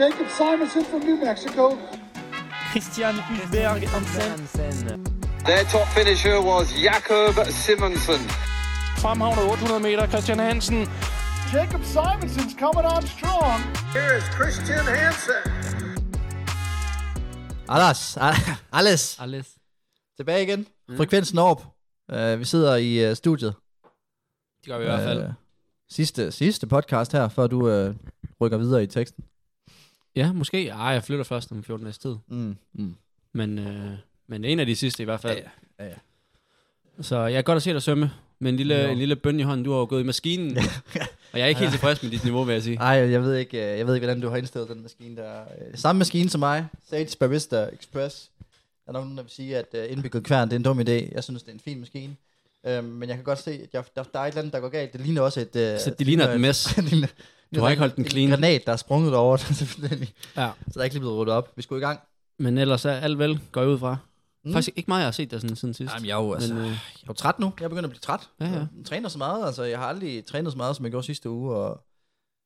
Jacob Simonson from New Mexico. Christian Hulberg Hansen. Their top finisher was Jakob Simonsen. Fremhavner 800 meter, Christian Hansen. Jacob Simonson's coming on strong. Here is Christian Hansen. Anders, a- alles, Alles. tilbage igen. Frekvensen op. Uh, vi sidder i uh, studiet. Det gør vi i hvert fald. Øh, sidste, sidste podcast her, før du uh, rykker videre i teksten. Ja, måske. Ej, jeg flytter først om 14 dages tid. Mm. Mm. Men, øh, men en af de sidste i hvert fald. Ja, ja. Ja, Så jeg er godt at se dig sømme. Med en lille, Jo. en lille bøn i hånden. Du har jo gået i maskinen. og jeg er ikke helt tilfreds med dit niveau, vil jeg sige. Ej, jeg ved ikke, øh, jeg ved ikke, hvordan du har indstillet den maskine der. Øh, Samme maskine som mig, Sage Barista Express. Der er nok nogen, der vil sige, at øh, indbygget kværn, det er en dum idé. Jeg synes, det er en fin maskine. Øhm, men jeg kan godt se, at jeg, der, der er et eller andet, der går galt. Det ligner også et... Øh, Så det ligner et mess. det ligner- Du har ikke holdt den en clean. granat, der er sprunget over den, selvfølgelig. Ja. Så der er ikke lige blevet ryddet op. Vi skulle i gang. Men ellers er alt vel, går jeg ud fra. Mm. Mm. Faktisk ikke meget, jeg har set dig sådan siden sidst. Jamen, jeg er jo, altså, Men, øh, Jeg er jo træt nu. Jeg begynder at blive træt. Ja, ja. Jeg træner så meget. Altså, jeg har aldrig trænet så meget, som jeg gjorde sidste uge. Og...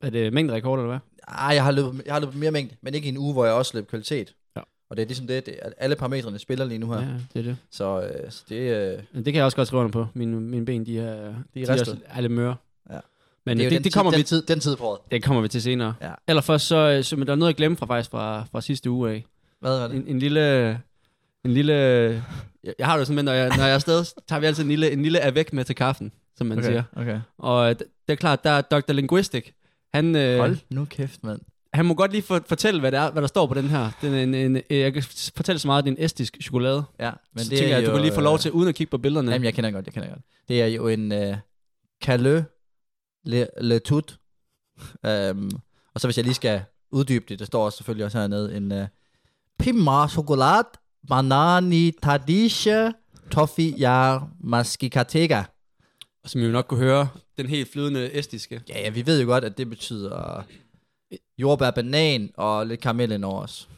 er det mængderekord, eller hvad? Ah, jeg, har løbet, jeg har løbet mere mængde, men ikke i en uge, hvor jeg også løb kvalitet. Ja. Og det er ligesom det, det at alle parametrene spiller lige nu her. Ja. ja det er det. Så, øh, så det, øh, Men det kan jeg også godt skrive under på. Mine, mine ben, de er, de er, ristet. også, er lidt møre. Ja. Men øh, det, er jo det, det, den det, kommer tid, vi, den, tid, den tid på året. det kommer vi til senere. Ja. Allerførst så, øh, så men der er noget, jeg glemte fra, faktisk fra, fra sidste uge af. Hvad var det? En, en lille... En lille... Jeg, jeg har det jo sådan, men når jeg, når jeg er afsted, så tager vi altid en lille, en lille avec med til kaffen, som man okay. siger. okay. Og øh, det, det er klart, der er Dr. Linguistic. Han, øh, Hold nu kæft, mand. han må godt lige for, fortælle, hvad, det er, hvad der står på den her. Den er en, en, øh, jeg kan s- fortælle så meget, at det er en estisk chokolade. Ja, Men så det tænker jeg, at du kan lige få øh, lov til, uden at kigge på billederne. Jamen, jeg kender godt, jeg kender godt. Det er jo en øh, Calø Le, le Tout. øhm, og så hvis jeg lige skal uddybe det, der står også selvfølgelig også hernede, en øh, Pima Chocolat Banani Tadisha Toffee Ya Maskikatega. Som I jo nok kunne høre, den helt flydende estiske. Ja, ja, vi ved jo godt, at det betyder jordbær, banan og lidt karamel ind over os.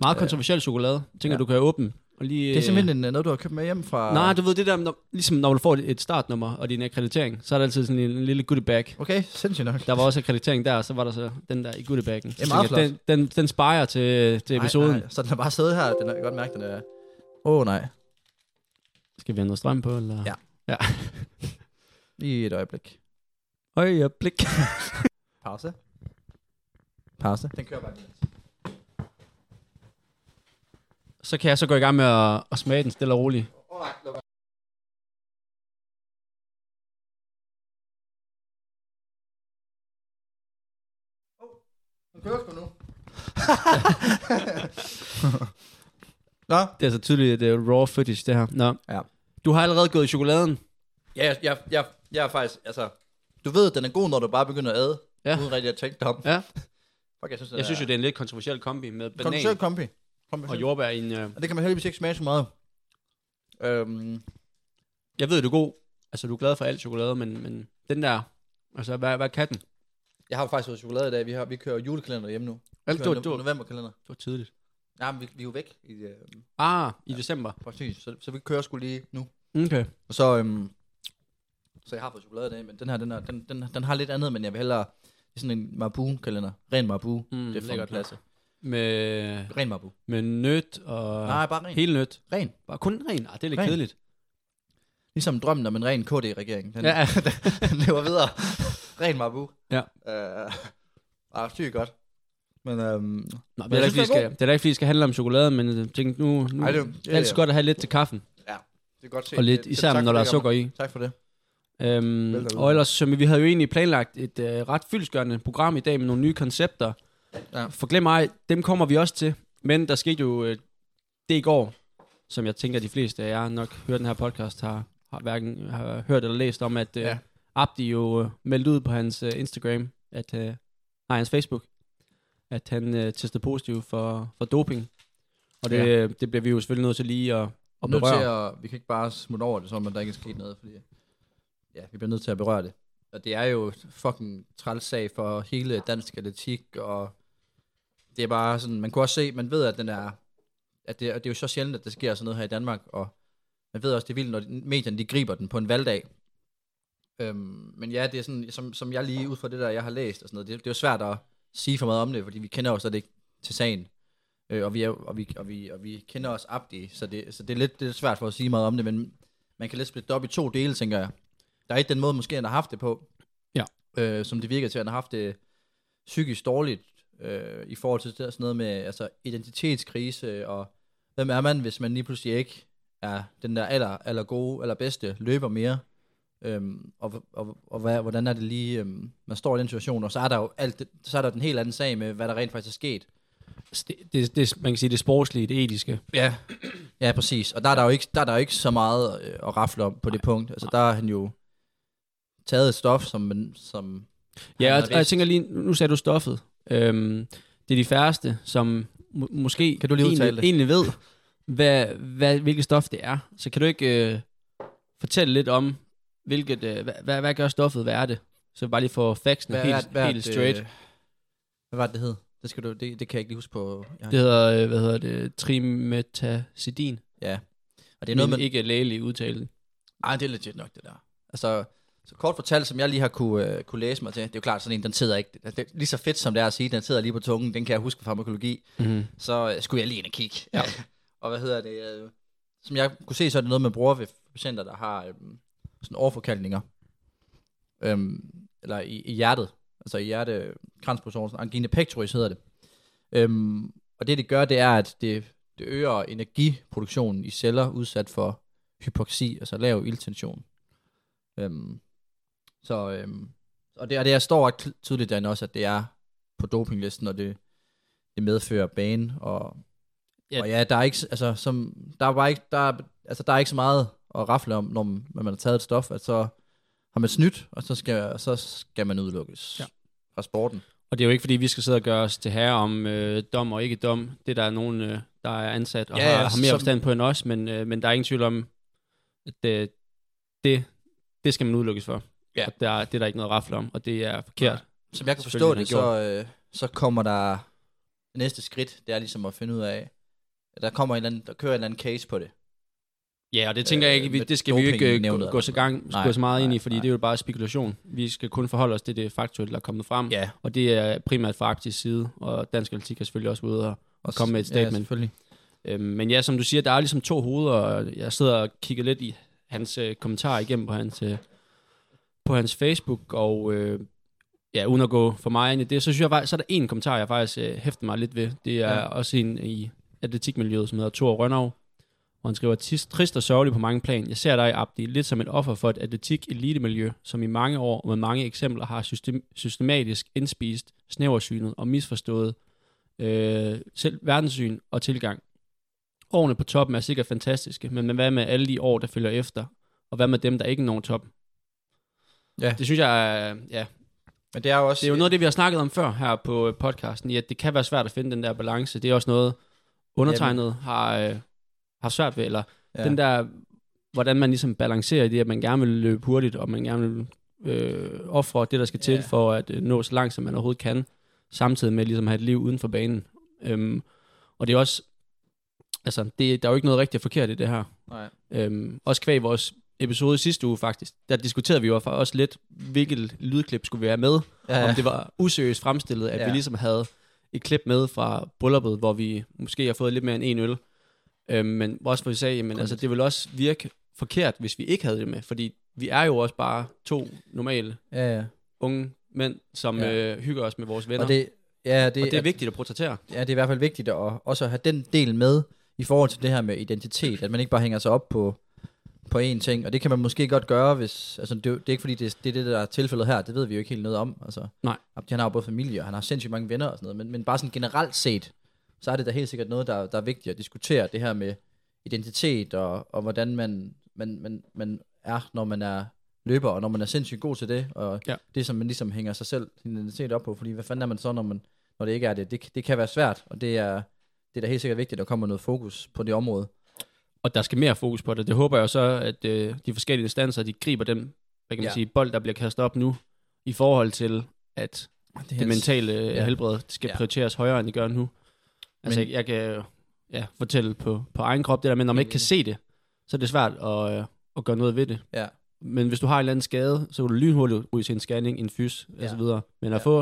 Meget kontroversiel chokolade. Jeg tænker, ja. du kan åbne. Og lige, Det er simpelthen en, øh, noget, du har købt med hjem fra... Nej, du ved det der, når, ligesom når du får et startnummer og din akkreditering, så er der altid sådan en, en lille goodie bag. Okay, sindssygt nok. Der var også akkreditering der, og så var der så den der i goodie baggen. er meget flot. den, den, den sparer til, til episoden. Nej, nej, så den har bare siddet her. Den har jeg kan godt mærke, den er... Åh, oh, nej. Skal vi have noget strøm på, eller? Ja. ja. Lige et øjeblik. Øj, jeg blik. Pause. Pause. Den kører bare lige. Så kan jeg så gå i gang med at, at smage den stille og roligt. Den kører sgu nu. Nå. Det er så tydeligt, at det er raw footage, det her. Nå. Ja. Du har allerede gået i chokoladen. Ja, jeg, jeg, jeg, jeg er faktisk, altså... Du ved, den er god, når du bare begynder at æde. Ja. Ja. Uden rigtig at tænke dig om. Ja. Fuck, jeg synes, den Jeg synes jo, er... det er en lidt kontroversiel kombi med banan Kom, selv kombi. Kombi. og jordbær i en... Øh... Og det kan man heldigvis ikke smage så meget. Øhm, Jeg ved, du er god. Altså, du er glad for alt chokolade, men, men den der... Altså, hvad, hvad kan den? jeg har jo faktisk fået chokolade i dag. Vi, har, vi kører julekalender hjemme nu. Alt Vi det var- kører det var- novemberkalender. Det var tidligt. Nej, men vi, vi er jo væk i... Øh, Ah, i december. præcis. Så, så vi kører sgu lige nu. Okay. Og så, øhm, så jeg har fået chokolade i dag, men den her, den, her, den, den, den har lidt andet, men jeg vil hellere, det er sådan en Marabu-kalender. Ren Marabu. Mm, det er for lækkert. en klasse. Med, Ren Marabu. med nødt og... Nej, bare ren. Hele nødt. Ren. Bare kun ren. Ah, det er lidt Ren. kedeligt. Ligesom drømmen om en ren KD-regering. Den, Ja, ja. den lever videre. ren Marabu. Ja. Øh, ah, sygt godt. Men øhm, Nå, det, jeg er da synes, ikke, den fordi, er det skal, det er da ikke, fordi det skal handle om chokolade, men jeg tænkte nu... nu Ej, Ej, det- det, det er det, altid det. godt at have lidt til kaffen, ja, det er godt set. og lidt, Det- det- især tak når for der er det, sukker i. Gammer. Tak for det. Øhm, derude. og ellers, som vi havde jo egentlig planlagt et øh, ret fyldsgørende program i dag med nogle nye koncepter. Ja. Ja. For glem ej, dem kommer vi også til. Men der skete jo øh, det i går, som jeg tænker, de fleste af jer nok hører den her podcast, har, har hverken har hørt eller læst om, at øh, Ja. ja. Abdi jo øh, meldte ud på hans øh, Instagram, at, øh, nej, hans Facebook, at han øh, testede positiv for, for doping. Og det, ja. det bliver vi jo selvfølgelig nødt til lige at, at nødt berøre. til at, vi kan ikke bare smutte over det, som om der ikke er sket noget, fordi ja, vi bliver nødt til at berøre det. Og det er jo fucking træls sag for hele dansk atletik, og det er bare sådan, man kunne også se, man ved, at den er, at det, og det er jo så sjældent, at det sker sådan noget her i Danmark, og man ved også, det er vildt, når de- medierne de griber den på en valgdag. Øhm, men ja, det er sådan, som, som jeg lige ud fra det der, jeg har læst og sådan noget, det, det er jo svært at sige for meget om det, fordi vi kender jo slet ikke til sagen. Øh, og, vi er, jo- og, vi, og, vi, og vi kender os Abdi, så det, så det er lidt det er svært for at sige meget om det, men man kan lidt splitte det op i to dele, tænker jeg. Der er ikke den måde, måske han har haft det på, Ja. øh, som det virker til, at han har haft det psykisk dårligt øh, i forhold til det der sådan noget med altså, identitetskrise, og hvem er man, hvis man lige pludselig ikke er den der aller, aller gode, aller bedste løber mere, øhm, og, og, og hvad, hvordan er det lige, øhm, man står i den situation, og så er der jo alt, det- så er der den helt anden sag med, hvad der rent faktisk er sket. Altså, Det, det, det, man kan sige, det sportslige, det etiske. Ja. Ja, præcis. Og der er der jo ikke, der er der jo ikke så meget øh, at rafle om på det punkt. Altså, der har han jo taget et stof, som, man- som Ja, han og, har og jeg vidst. tænker lige, nu sagde du stoffet. Øhm, det er de færreste, som må, måske Kan du lige udtale egentlig, det? egentlig ved, hvad, hvad, hvilket stof det er. Så kan du ikke øh, fortælle lidt om, hvilket, øh, hvad, hvad, hvad gør stoffet, hvad er det? Så bare lige få faxene Hvad- helt, hvad- helt hvad- straight. øh, Hvad var det, det hed? Det, skal du, det, det kan jeg ikke lige huske på. Jeg, Det hedder, øh, hvad hedder det, trimetacidin. ja. Og det Det er noget, man, ikke lægelig udtale. Ej, det er legit nok, det der. Altså, så kort fortalt, som jeg lige har kunne, øh, kunne læse mig til, det er jo klart, sådan en, den sidder ikke, det er lige så fedt som det er at sige, den sidder lige på tungen, den kan jeg huske fra farmakologi, Mm-hmm. så øh, skulle jeg lige ind og kigge. Ja. og hvad hedder det? Øh, som jeg kunne se, så er det noget, man bruger ved patienter, der har øh, sådan overforkalkninger, øhm, eller i, i hjertet, altså i hjertekransprocessoren, angina pectoris hedder det. Øhm, og det, det gør, det er, at det, det øger energiproduktionen i celler udsat for hypoksi, altså lav ildtension. Øhm, så, øhm, og det, og det jeg står ret kl- tydeligt derinde også, at det er på dopinglisten, og det, det medfører bane, og Ja. ja. og ja, der er ikke, s- altså, som, der er bare ikke, der er, altså, der er ikke så meget at rafle om, når man, når man har taget et stof, at så har man snydt, og så skal, så skal man udelukkes Ja. ja. fra sporten. Og det er jo ikke, fordi vi skal sidde og gøre os til herre om øh, dom og ikke dom. Det der er nogen, øh, der er ansat og ja, Ja, har, ja, har mere som- forstand på end os, men, øh, men der er ingen tvivl om, at øh, det, det skal man udelukkes for. Ja. Og der, er- det er der ikke noget rafle om, og det er forkert. Nej. Som jeg kan forstå Selvfølgelig det, så, øh, så kommer der næste skridt, det er ligesom at finde ud af, at der kommer en eller anden, der kører en eller anden case på det. Ja, og det tænker jeg Øh, ikke, vi, med det skal vi jo ikke øh, dopingnævnet gå, gå, så gang, Nej, gå så meget ind i, nej, fordi nej. det er jo bare spekulation. Vi skal kun forholde os til det faktuelle, der er kommet frem, Ja, og det er primært fra Arktis side, og Dansk Atletik er selvfølgelig også ude og og komme med et statement. Ja, selvfølgelig. Øhm, men ja, som du siger, der er ligesom to hoveder, og jeg sidder og kigger lidt i hans øh, kommentarer igennem på hans, øh, på hans Facebook, og øh, ja, uden at gå for meget ind i det, så synes jeg, faktisk- så er der en kommentar, jeg faktisk øh, hæfter mig lidt ved. Det er ja. Ja. også en i atletikmiljøet, som hedder Thor Rønnow, og han skriver, "Tis- trist og sørgelig på mange plan. Jeg ser dig, Abdi, lidt som et offer for et atletik elitemiljø, som i mange år og med mange eksempler har system- systematisk indspist, snæversynet og misforstået øh, selv verdenssyn og tilgang. Årene på toppen er sikkert fantastiske, men hvad med alle de år, der følger efter? Og hvad med dem, der ikke når toppen? Ja. Det synes jeg, er- ja. Men det er jo også... Det er jo noget af det, vi har snakket om før her på øh, podcasten, i at det kan være svært at finde den der balance. Det er også noget, undertegnet har, øh, har svært ved, eller ja. Ja. den der, hvordan man ligesom balancerer i det, at man gerne vil løbe hurtigt, og man gerne vil øh, ofre det, der skal til, Ja. for at øh, nå så langt, som man overhovedet kan, samtidig med ligesom at have et liv uden for banen. Øhm, og det er også, altså, det, der er jo ikke noget rigtigt og forkert i det her. Nej. Øhm, også kvæg vores episode sidste uge faktisk, der diskuterede vi jo fa- også lidt, hvilket lydklip skulle vi have med, Ja, ja. ja. om det var useriøst fremstillet, at ja. Ja. vi ligesom havde et klip med fra brylluppet, hvor vi måske har fået lidt mere end en øl. Øhm, men også hvor vi sagde, jamen, altså, det ville også virke forkert, hvis vi ikke havde det med, fordi vi er jo også bare to normale ja, ja. unge mænd, som ja. Ja. øh, hygger os med vores venner. Og det, ja, det, og det er vigtigt at portrættere. ja, det er i hvert fald vigtigt at også at have den del med i forhold til det her med identitet, at man ikke bare hænger sig op på på én ting, og det kan man måske godt gøre, hvis, altså det, er jo- det er ikke fordi, det, er- det er det, der er tilfældet her, det ved vi jo ikke helt noget om, altså. Nej. Abdi, Han har jo både familie, og han har sindssygt mange venner og sådan noget, men, men bare sådan generelt set, så er det da helt sikkert noget, der, der er vigtigt at diskutere, det her med identitet, og, og hvordan man, man, man, man er, når man er løber, og når man er sindssygt god til det, og Ja. det, som man ligesom hænger sig selv, sin identitet op på, fordi hvad fanden er man så, når man, når det ikke er det, det, det kan være svært, og det er, det er da helt sikkert vigtigt, at der kommer noget fokus på det område. Og der skal mere fokus på det. Det håber jeg så, at øh, de forskellige instanser, de griber den, hvad kan man ja. Ja. sige, bold, der bliver kastet op nu, i forhold til, at er det helt- mentale ja. ja. helbred skal ja. Ja. prioriteres højere, end det gør nu. Altså, Men, Men- jeg, jeg kan jo, ja, fortælle på, på egen krop det der, men når man Men ikke kan det- se det, så er det svært at, øh, at gøre noget ved det. Ja. Men hvis du har en eller anden skade, så vil du lynhurtigt ryge til en scanning, en fys, ja. Ja. og så videre. Men at ja. Ja. få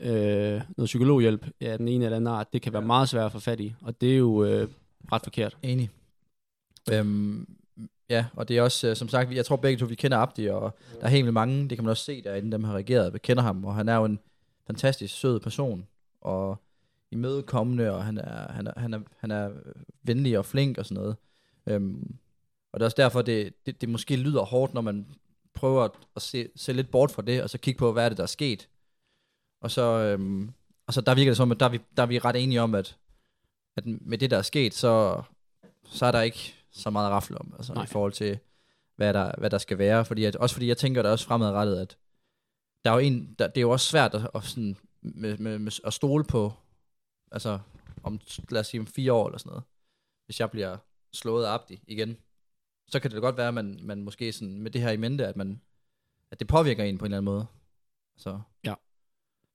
øh, noget psykologhjælp af den ene eller anden art, det kan være meget svært at få fat i, og det er jo øh, ret forkert. Enig. Øhm, ja, og det er også, øh, som sagt, vi- jeg tror begge to, vi kender Abdi, og der er helt vildt mange, det kan man også se derinde, dem har reageret, vi kender ham, og han er jo en fantastisk sød person, og imødekommende, og han er, han er, han er, han er venlig og flink og sådan noget. Øhm, og det er også derfor, det, det, det måske lyder hårdt, når man prøver at, at se, se lidt bort fra det, og så kigge på, hvad er det, der er sket. Og så, øhm, og så der virker det som, at der er, vi, der er vi ret enige om, at, at med det, der er sket, så, så er der ikke så meget at rafle om, altså Nej. Nej. i forhold til, hvad der, hvad der skal være. Fordi at, også fordi jeg tænker da også fremadrettet, at der er jo en, der, det er jo også svært at, at, sådan, med, med, med, at stole på, altså om, lad os sige, om fire år eller sådan noget, hvis jeg bliver slået af Abdi igen, så kan det da godt være, at man, man måske sådan, med det her i mente, at, man, at det påvirker en på en eller anden måde. Så. Ja.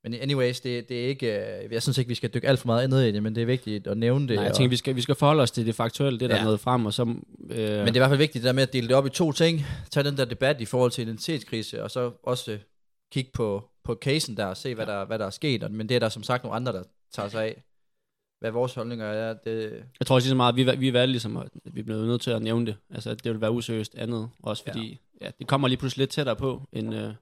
Men anyways, det, det er ikke, øh, jeg synes ikke, vi skal dykke alt for meget ned i det, men det er vigtigt at nævne det. Nej, jeg og- tænker, vi skal, vi skal forholde os til det faktuelle, det der ja. Ja. er noget frem, og så... Øh, Men det er i hvert fald vigtigt, det der med at dele det op i to ting. Tag den der debat i forhold til identitetskrise, og så også øh, kigge på, på casen der, og se, hvad, der, hvad der er sket. Og- Men det er der som sagt nogle andre, der tager sig af. Hvad vores holdninger er, det... Jeg tror også lige så meget, at vi, va- vi valgte ligesom, at vi blev nødt til at nævne det. Altså, at det ville være useriøst andet. Også fordi, ja. ja det kommer lige pludselig lidt tættere på, end, øh, end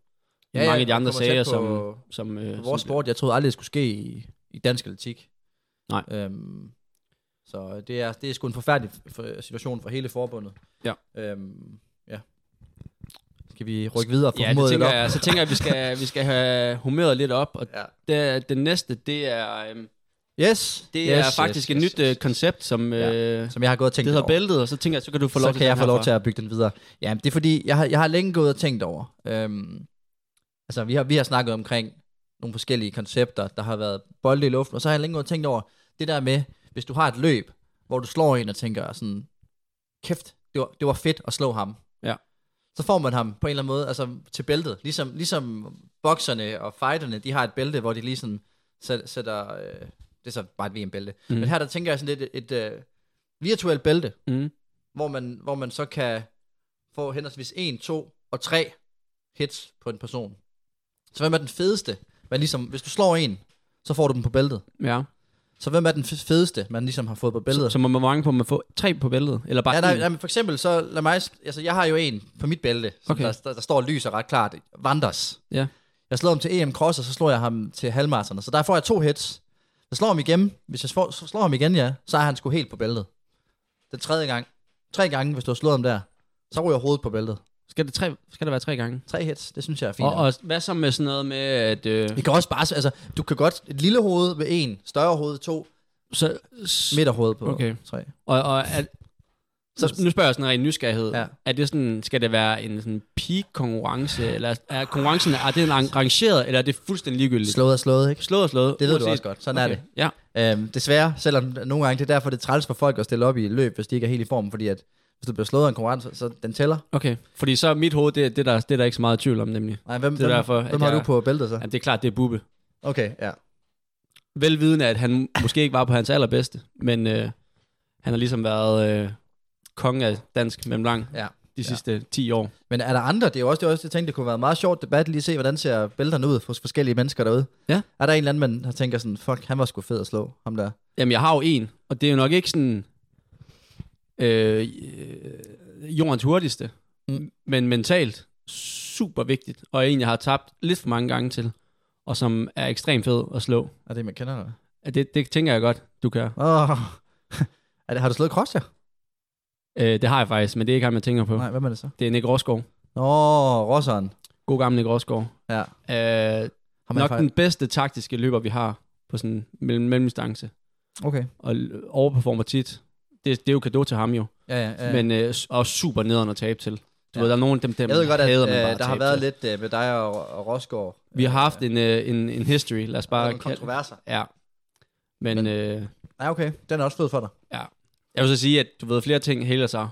ja, mange af de det andre kommer tæt sager, på- som... som øh, på vores som, blev- sport, jeg troede aldrig, det skulle ske i, i dansk atletik. Nej. Øhm, så det er, det er sgu en forfærdelig f- for, situation for hele forbundet. Ja. Øhm, ja. Skal vi rykke videre for Ja, det humøret tænker lidt op? jeg. Så tænker jeg, at vi skal, vi skal have humøret lidt op. Og Ja. ja. det, det næste, det er, øhm, Yes. det yes, er yes, faktisk yes, et nyt yes, øh, koncept, som... Ja. Øh, Som jeg har gået og tænkt det hedder over. bæltet, og så tænker jeg, så kan du få lov så til kan jeg få lov til at... at bygge den videre. Ja, det er fordi, jeg har, jeg har længe gået og tænkt over. Øhm, altså, vi har, vi har snakket omkring nogle forskellige koncepter, der har været bolde i luften, og så har jeg længe gået og tænkt over det der med, hvis du har et løb, hvor du slår en og tænker sådan, kæft, det var, det var fedt at slå ham. Ja. Så får man ham på en eller anden måde altså, til bæltet. Ligesom, ligesom bokserne og fighterne, de har et bælte, hvor de lige sådan sæt- sætter... Øh, det er så bare et VM-bælte. Mm. Men her der tænker jeg sådan lidt et, et øh, virtuelt bælte, Mm. hvor man, hvor man så kan få henholdsvis 1, 2 og 3 hits på en person. Så hvem er den fedeste? Man ligesom, hvis du slår en, så får du den på bæltet. Ja. Så hvem er den f- fedeste, man ligesom har fået på bæltet? Så, så må man mange på, at man får tre på bæltet. Eller bare ja, nej, én. nej, men for eksempel, så lad mig, altså jeg har jo en på mit bælte, okay. Okay. der, der, der, står lys og ret klart, Vanders. Ja. Jeg slår ham til EM Cross, og så slår jeg ham til halvmarathon, så der får jeg to hits. Jeg slår ham igen, hvis jeg slår, slår ham igen, ja, så er han sgu helt på bæltet. Den tredje gang. Tre gange, hvis du har slået ham der, så ryger hovedet på bæltet. Skal, det tre, skal det være tre gange? Tre hits, det synes jeg er fint. Og, og hvad så med sådan noget med, at... Øh, Vi kan også bare, altså, du kan godt et lille hoved ved en, større hoved to, så, s- midterhoved på Okay. tre. Og, og er, så, nu spørger jeg sådan en ren nysgerrighed. Ja. Ja. Er det sådan, skal det være en sådan peak-konkurrence, eller er konkurrencen er det en arran- rangeret, eller er det fuldstændig ligegyldigt? Slået er slået, ikke? slået og slået. Det ved du uanset. også godt, sådan okay. er det. Ja, Øhm, desværre, selvom nogle gange det er derfor, det er træls for folk at stille op i løb, hvis de ikke er helt i form, fordi at hvis du bliver slået af en konkurrence, så den tæller. okay. Fordi så mit hoved, det, er- det, er der, det er der ikke så meget tvivl om, nemlig. Nej, hvem, Det er hvem, derfor, at hvem har jeg- du på bæltet så? Jamen, det er klart, det er Bubbe. Okay, ja. Velvidende, at han måske ikke var på hans allerbedste, men øh, han har ligesom været øh, konge af dansk mellemlang ja. de sidste 10 år. Men er der andre? Det er jo også det, er også, jeg tænkte, det kunne være en meget sjovt debat, lige at se, hvordan ser bælterne ud hos forskellige mennesker derude. Ja. Er der en eller anden, man har tænker sådan, fuck, han var sgu fed at slå, ham der. Jamen, jeg har jo en, og det er jo nok ikke sådan øh, øh, jordens hurtigste, Mm. mm. men mentalt super vigtigt, og en, jeg har tabt lidt for mange gange til, og som er ekstremt fed at slå. Er det, man kender eller? Ja, Det, det tænker jeg godt, du kan. Åh. Er det, har du slået Kroos, ja? Øh, det har jeg faktisk, men det er ikke ham, jeg tænker på. Nej. Nej, hvad er det så? Det er Nick Rosgaard. Nå, Rosseren. God gammel Nick Rosgaard. Ja. Øh, Har man nok fejl- den bedste taktiske løber, vi har på sådan mellem, mellemdistance, Okay. og l- overperformer tit. Det, det er jo kado til ham jo. Ja, ja, ja. men øh, s- også super nederen at tabe til. Du Ja. ja. ved, der er nogen dem, dem jeg ved godt, at hader man bare øh, der har tabe været til. lidt øh, med dig og, og Rosgaard. Vi har haft en, øh, en, en history, lad os bare bare kalde det. kontroverser. Ja. Men, Men- Men øh, Nej, okay. Den er også fed for dig. jeg vil så sige, at du ved, flere ting hælder sig,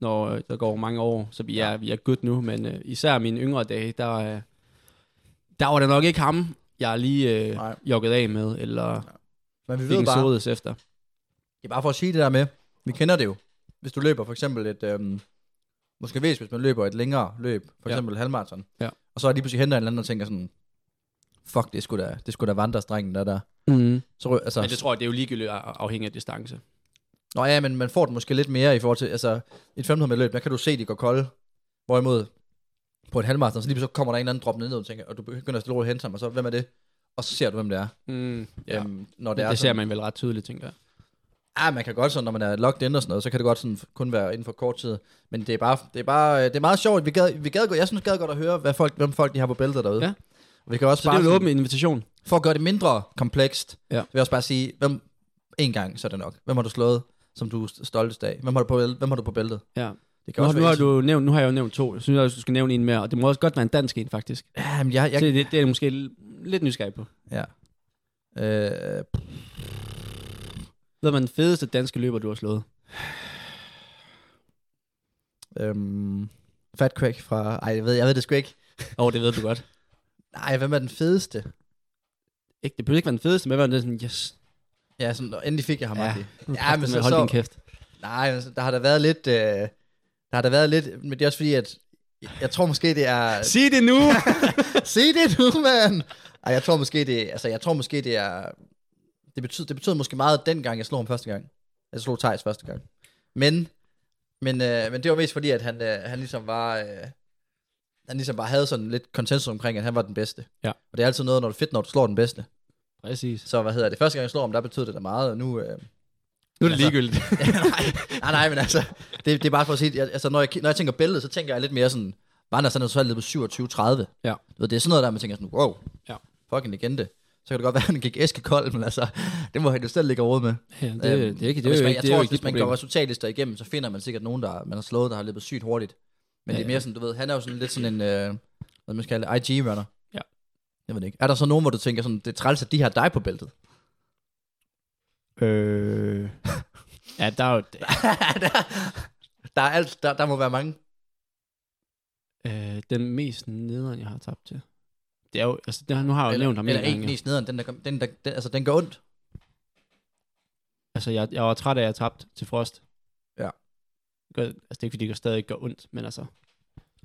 når øh, der går mange år, så vi er, vi er good nu. Men øh, især mine yngre dage, der, øh, der var det nok ikke ham, jeg lige øh, Nej. jogget af med, eller Men vi fik ved en bare, sodes efter. det er bare for at sige det der med, vi kender det jo. Hvis du løber for eksempel et, øhm, måske hvis hvis man løber et længere løb, for Ja. eksempel ja. halvmarathon, Ja. og så er lige pludselig henter en eller anden og tænker sådan, fuck, det skulle da, det skulle da vandresdrengen, der er der. Mm. Så, rø- altså, Men det tror jeg, det er jo ligegyldigt af- afhængig af distance. Nå ja, men man får den måske lidt mere i forhold til, altså i et 500 meter løb, der kan du se, de går kolde. Hvorimod på et halvmarathon, så lige så kommer der en eller anden drop ned, og du tænker, og du begynder at stille og roligt at hente ham, og så hvem er det? Og så ser du, hvem det er. Mm. Ja. Øhm, når det, Det, er det ser sådan. man vel ret tydeligt, tænker jeg. Ah, man kan godt sådan, når man er locked in og sådan noget, så kan det godt sådan kun være inden for kort tid. Men det er bare, det er bare, det er meget sjovt. Vi gad, vi gad, godt- jeg synes, gad godt at høre, hvad folk, hvem folk de har på bæltet derude. Ja. Og vi kan også Så det bare er jo en sådan- åben invitation. for at gøre det mindre komplekst, Ja. ja. vil jeg også bare sige, hvem, en gang, så er det nok. Hvem har du slået, som du er stoltest af? Hvem har du på, bæl- hvem har du på bæltet? Ja. Det Nu, har- nu, være har ens- du nævnt, nu har jeg jo nævnt to. Jeg synes også, du skal nævne en mere. Og det må også godt være en dansk en, faktisk. Ja, men jeg... Jeg... jeg Det, det, det er jeg måske lidt nysgerrig på. ja. Øh, Hvad er den fedeste danske løber, du har slået? øhm, Fat Crack fra... Ej, jeg ved, jeg ved det sgu ikke. Åh, oh, det ved du godt. Nej, hvem er den fedeste? Ikke, det behøver ikke være den fedeste, men det er sådan, yes. Ja, sådan, og endelig fik jeg ham. Ja. Ja, Ja, men så, så- hold så- din kæft. Nej, altså, der har der været lidt... Øh, der har der været lidt... Men det er også fordi, at... Jeg tror måske, det er... Sig det nu! Se det nu, mand! Ej, jeg tror måske, det, altså, jeg tror måske, det er... Det betød, det betød måske meget dengang, jeg slog ham første gang. Jeg slog Thijs første gang. Men, men, øh, men det var mest fordi, at han, øh, han ligesom var... Øh, han ligesom bare havde sådan lidt konsensus omkring, at han var den bedste. Ja. Og det er altid noget, når du er fedt, når du slår den bedste. Præcis. Så hvad hedder det? Første gang, jeg slog ham, der betød det da meget, og nu... Øh, Nu er det ligegyldigt. nej, nej, men altså, det, det er bare for at sige, at, altså, når, jeg, når jeg tænker bæltet, så tænker jeg lidt mere sådan, Vanders han er så lidt på 27-30. Ja. Du ved, det er sådan noget der, man tænker sådan, wow, Ja. fucking legende. Så kan det godt være, at han gik æskekold, men altså, det må han jo selv ligge og rode med. Øhm, Ja, det, det, det, er ikke, det, og er hvis jo man, ikke, jeg det er tror, jo også, ikke dit hvis man problem. går resultatlister igennem, så finder man sikkert nogen, der man har slået, der har løbet sygt hurtigt. Men Ja, det er mere sådan, du ved, han er jo sådan lidt sådan en, øh, hvad man skal kalde IG-runner. Ja. Jeg ved det ikke. Er der så nogen, hvor du tænker sådan, det er træls, at de har dig på bæltet? Øh... ja, der er jo... Der, er alt, der, der må være mange. Øh, den mest nederen, jeg har tabt til. Det er jo... Altså, det, har- nu har jeg jo nævnt ham en eller en gang. jo. knis nederen, den, der, kom- den, der, den, altså, den gør ondt. Altså, jeg, jeg var træt af, at jeg tabte til Frost. Ja. Gør, altså, det er ikke, fordi det gør- stadig gør ondt, men altså...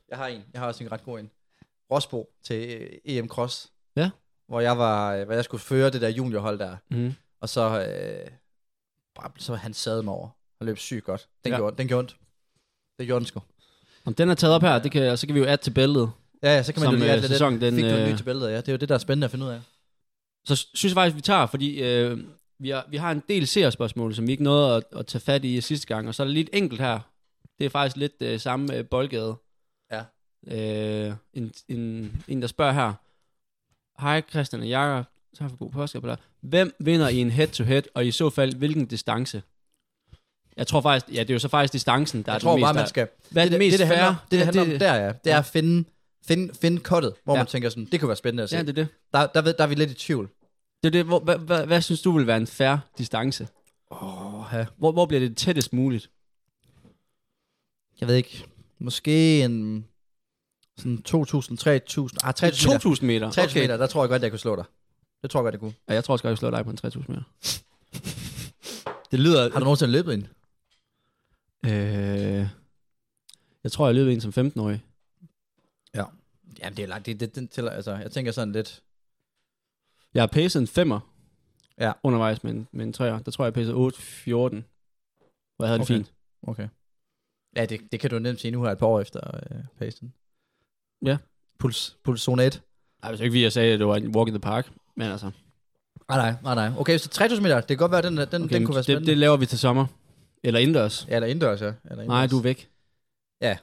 Jeg har en. Jeg har også en ret god en. Rosbo til øh, EM Cross. Ja. Hvor jeg var, øh, hvor jeg skulle føre det der juniorhold der. Mm. Og så, øh, bare, så han sad mig over og løb sygt godt. Den, Ja. ja. gjorde, den gjorde ondt. Det gjorde den sgu. Om den er taget op her, det kan, så kan vi jo adde til bæltet. Ja, ja, så kan man Som, jo lige øh, alt det lidt. sæsonen, den, Fik du en øh, ny til bæltet, ja. Det er jo det, der er spændende at finde ud af. Så synes jeg faktisk, vi tager, fordi øh, vi, har, vi har en del seerspørgsmål, som vi ikke nåede at, at tage fat i sidste gang, og så er der lige et enkelt her. Det er faktisk lidt øh, samme øh, boldgade. Ja. Øh, en, en, en, der spørger her. Hej Christian og Jakob. Tak for god påske på dig. Hvem vinder i en head-to-head, og i så fald, hvilken distance? Jeg tror faktisk, ja, det er jo så faktisk distancen, der er Jeg det tror mest, bare, der- man skal... Hvad er det, mest det, det, handler, fair? om- det, det handler om der, ja. Det ja. er at finde, finde, finde kottet, hvor Ja. man tænker sådan, det kunne være spændende at se. Ja, det er det. Der, der, ved, der er vi lidt i tvivl. Det er det, hvor, hvad, hvad, hvad synes du vil være en fair distance? Oh, ja. hvor, hvor bliver det tættest muligt? jeg ved ikke, måske en sådan 2.000, 3.000, ah, 3.000 meter. 2.000 meter. 3.000 okay. meter, der tror jeg godt, jeg kunne slå dig. Det tror jeg godt, jeg kunne. Ja, jeg tror også godt, jeg slår dig på en 3.000 meter. det lyder... Har du nogensinde løbet ind? Øh, jeg tror, jeg løb en som 15-årig. Jamen, det er langt. Det, det, den tæller, altså, jeg tænker sådan lidt... Jeg har pacet en 5'er Ja. undervejs med en, med en 3'er. Der tror jeg, jeg pacede 8.14. Hvor jeg Okay. havde det fint. Okay. Ja, det, det kan du nemt sige nu her et par år efter øh, pacen. Ja. Puls, puls zone 1. Ej, hvis ikke vi, jeg sagde, at det var en walk in the park. Men altså, Ah, nej, nej, nej. Okay, så 3.000 meter, det kan godt være, den, den, okay, den men kunne være det, spændende. det, laver vi til sommer. Eller indendørs. ja, eller indendørs, ja. Eller Nej, du er væk. så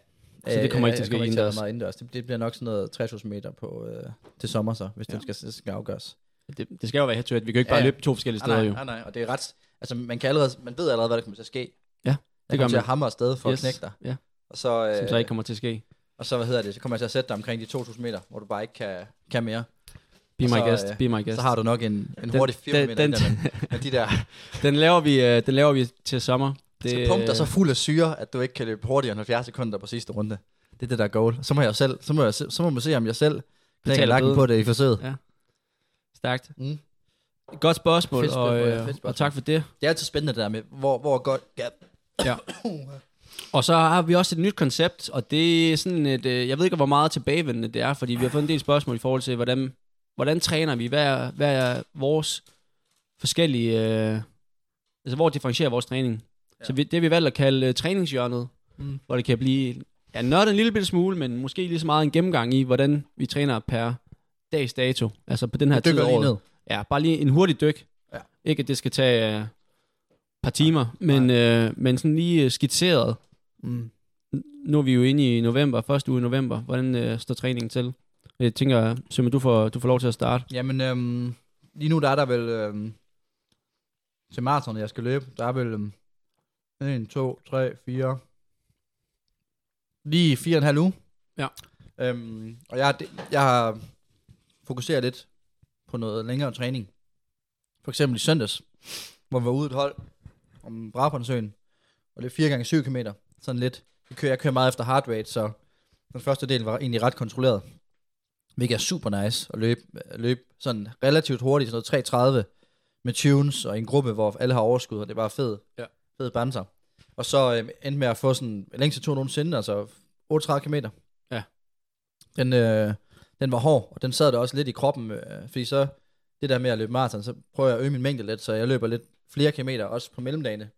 det Øh, kommer ikke jeg til at ske kommer være indendørs. meget indendørs. Det, det bliver nok sådan noget 3.000 meter på, øh, til sommer så, hvis ja. den skal, skal afgøres. Det, det skal jo være head to head. Vi kan jo ikke bare Ja, ja. løbe to forskellige Ah, nej, steder, jo. Nej, nej, og det er ret... Altså, man, kan allerede, man ved allerede, hvad der kommer til at ske. Ja, det gør gør man. til man. at hamre afsted for yes. at knække dig. Ja, Og så, som øh, så ikke kommer til at ske. og så, hvad hedder det, så kommer jeg til at sætte dig omkring de 2.000 meter, hvor du bare ikke kan, kan mere. Be Og my så, guest, øh, be my guest. Så har du nok en, en Den- hurtig 4 den- meter den, den- med, de der Den laver vi, øh, den laver vi til sommer. Det, øh, skal pumpe dig så fuld af syre, at du ikke kan løbe hurtigere end 70 sekunder på sidste runde. Det er det, der er goal. Så må jeg selv, så må, jeg, se- så må man se, om jeg selv knækker Betaler lakken bøden. på det i forsøget. Ja. Stærkt. Mm. Godt spørgsmål, Fedt spørgsmål, og, ja, fedt øh, og spørgsmål. tak for det. Det er altid spændende det der med, hvor, hvor godt... Ja, Og så har vi også et nyt koncept, og det er sådan et, øh, jeg ved ikke, hvor meget tilbagevendende det er, fordi vi har fået en del spørgsmål i forhold til, hvordan, hvordan træner vi? Hvad er, hvad er vores forskellige... Øh, altså, hvor differentierer vores træning? Ja. Så vi, det har vi valgt at kalde øh, træningshjørnet, mm. hvor det kan blive ja, nørdet en lille bitte smule, men måske lige så meget en gennemgang i, hvordan vi træner per dags dato. Altså på den her Jeg tid dykker af lige året. ned. Ja, bare lige en hurtig dyk. Ja. Ikke, at det skal tage et øh, par timer, men, øh, men sådan lige øh, skitseret. Mm. Nu er vi jo inde i november, første uge i november. Hvordan øh, står træningen til? Jeg tænker, Sømme, du får, du får lov til at starte. Jamen, øhm, lige nu der er der vel... Øhm, til maraton, jeg skal løbe, der er vel... Øhm, 1, 2, 3, 4... Lige fire og en halv uge. Ja. Øhm, og jeg, jeg har fokuseret lidt på noget længere træning. For eksempel i søndags, hvor vi var ude et hold om Brabrandtsøen, og det er 4 gange 7 km, sådan lidt. Jeg kører, jeg kører meget efter heart rate, så den første del var egentlig ret kontrolleret. Hvilket er super nice at løbe, at løbe sådan relativt hurtigt, sådan noget 3.30 med tunes og i en gruppe, hvor alle har overskud, og det er bare fed, Ja. fed banser. Og så øhm, endte med at få sådan en længste tur nogensinde, altså 38 km. Ja. Den, øh, den var hård, og den sad der også lidt i kroppen, øh, fordi så det der med at løbe maraton, så prøver jeg at øge min mængde lidt, så jeg løber lidt flere kilometer, også på mellemdagene.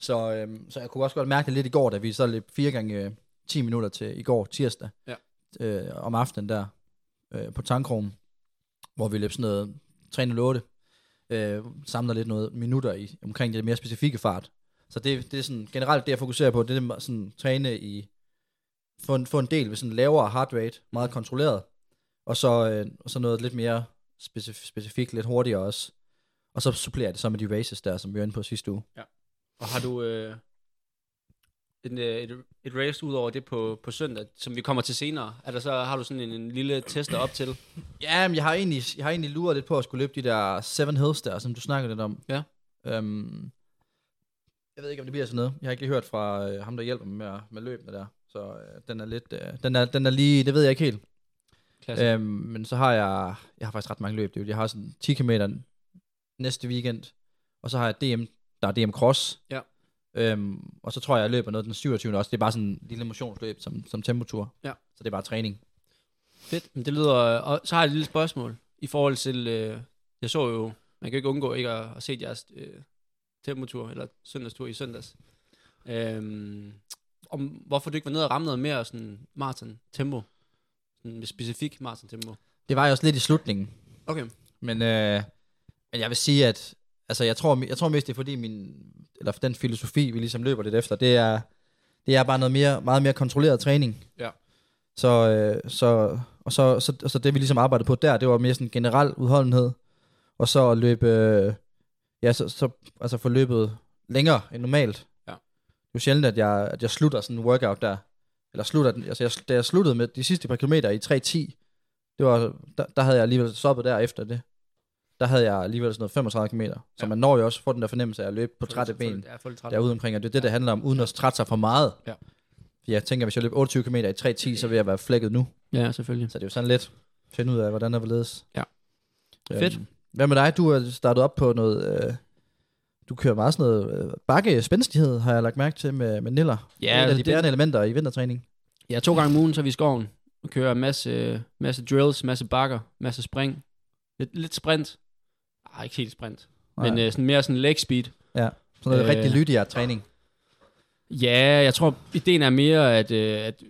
Så, øhm, så jeg kunne også godt mærke det lidt i går, da vi så løb fire gange øh, 10 minutter til i går tirsdag Ja. øh, om aftenen der øh, på Tankrogen, hvor vi løb sådan noget 308, øh, samler lidt noget minutter i, omkring det mere specifikke fart. Så det, det er sådan generelt det, jeg fokuserer på, det er det med at sådan træne i, få en, få en del ved sådan lavere heart rate, meget kontrolleret, og så, øh, og så noget lidt mere specif- specifikt, lidt hurtigere også. Og så supplerer jeg det så med de races der, som vi var inde på sidste uge. Og har du øh, en, øh, et, et race ud over det på, på søndag, som vi kommer til senere? Er der så, har du sådan en, en lille tester op til? Ja, men jeg har egentlig, jeg har egentlig luret lidt på at skulle løbe de der Seven Hills der, som du snakkede lidt om. Ja. Øhm, jeg ved ikke, om det bliver sådan noget. Jeg har ikke lige hørt fra øh, ham, der hjælper mig med, at- med løbene der. Så øh, den er lidt, øh, den, er, den er lige, det ved jeg ikke helt. Klasse. Øhm, men så har jeg, jeg har faktisk ret mange løb. Det er jo- Jeg har sådan 10 km næste weekend, og så har jeg DM, der er DM Cross. Ja. Øhm, og så tror jeg, jeg løber noget den 27. også. Det er bare sådan en lille motionsløb som, som tempotur. Ja. Så det er bare træning. Fedt. Men det lyder... Og så har jeg et lille spørgsmål i forhold til... Øh, jeg så jo... Man kan jo ikke undgå ikke at, at se jeres øh, tempotur, eller søndagstur i søndags. Øhm, om, hvorfor du ikke var nede og ramme noget mere sådan maraton tempo? Sådan med specifik maraton tempo. Det var jeg også lidt i slutningen. Okay. Men, øh, men jeg vil sige, at altså, jeg, tror, jeg tror mest, det er fordi min, eller den filosofi, vi ligesom løber lidt efter, det er, det er bare noget mere, meget mere kontrolleret træning. Ja. Så, øh, så, og så, så, og så det, vi ligesom arbejdede på der, det var mere sådan generel udholdenhed. Og så at løbe, øh, ja, så, så altså få løbet længere end normalt. Ja. Det er jo sjældent, at jeg, at jeg slutter sådan en workout der. Eller slutter den, altså jeg, da jeg sluttede med de sidste par kilometer i 3.10, det var, der, der havde jeg alligevel stoppet der efter det. Der havde jeg alligevel sådan noget 35 km. Så Ja. ja. man når jo også at få den der fornemmelse af at løbe på trætte ben Ja, for lidt træt. derude omkring, og det er det, det handler om, uden at trætte sig for meget. Ja. For jeg tænker, hvis jeg løber 28 km i 3.10, så vil jeg være flækket nu. Ja, selvfølgelig. Så det er jo sådan lidt at finde ud af, hvordan der vil ledes. Øhm, Ja. Fedt. Hvad med dig? Du har startet op på noget... Øh, du kører meget sådan noget øh, bakke spændstighed, har jeg lagt mærke til med, med Niller. Ja, Det er et af altså de det- bærende elementer i vintertræning. Ja, to gange om ugen, så er vi i skoven og kører en masse, masse drills, masse bakker, masse spring. Lidt, lidt sprint. Ej, ikke helt sprint. Men Nej, øh, sådan mere sådan leg speed. sådan noget øh, rigtig lydigere træning. Ja, jeg tror, ideen er mere, at, øh, at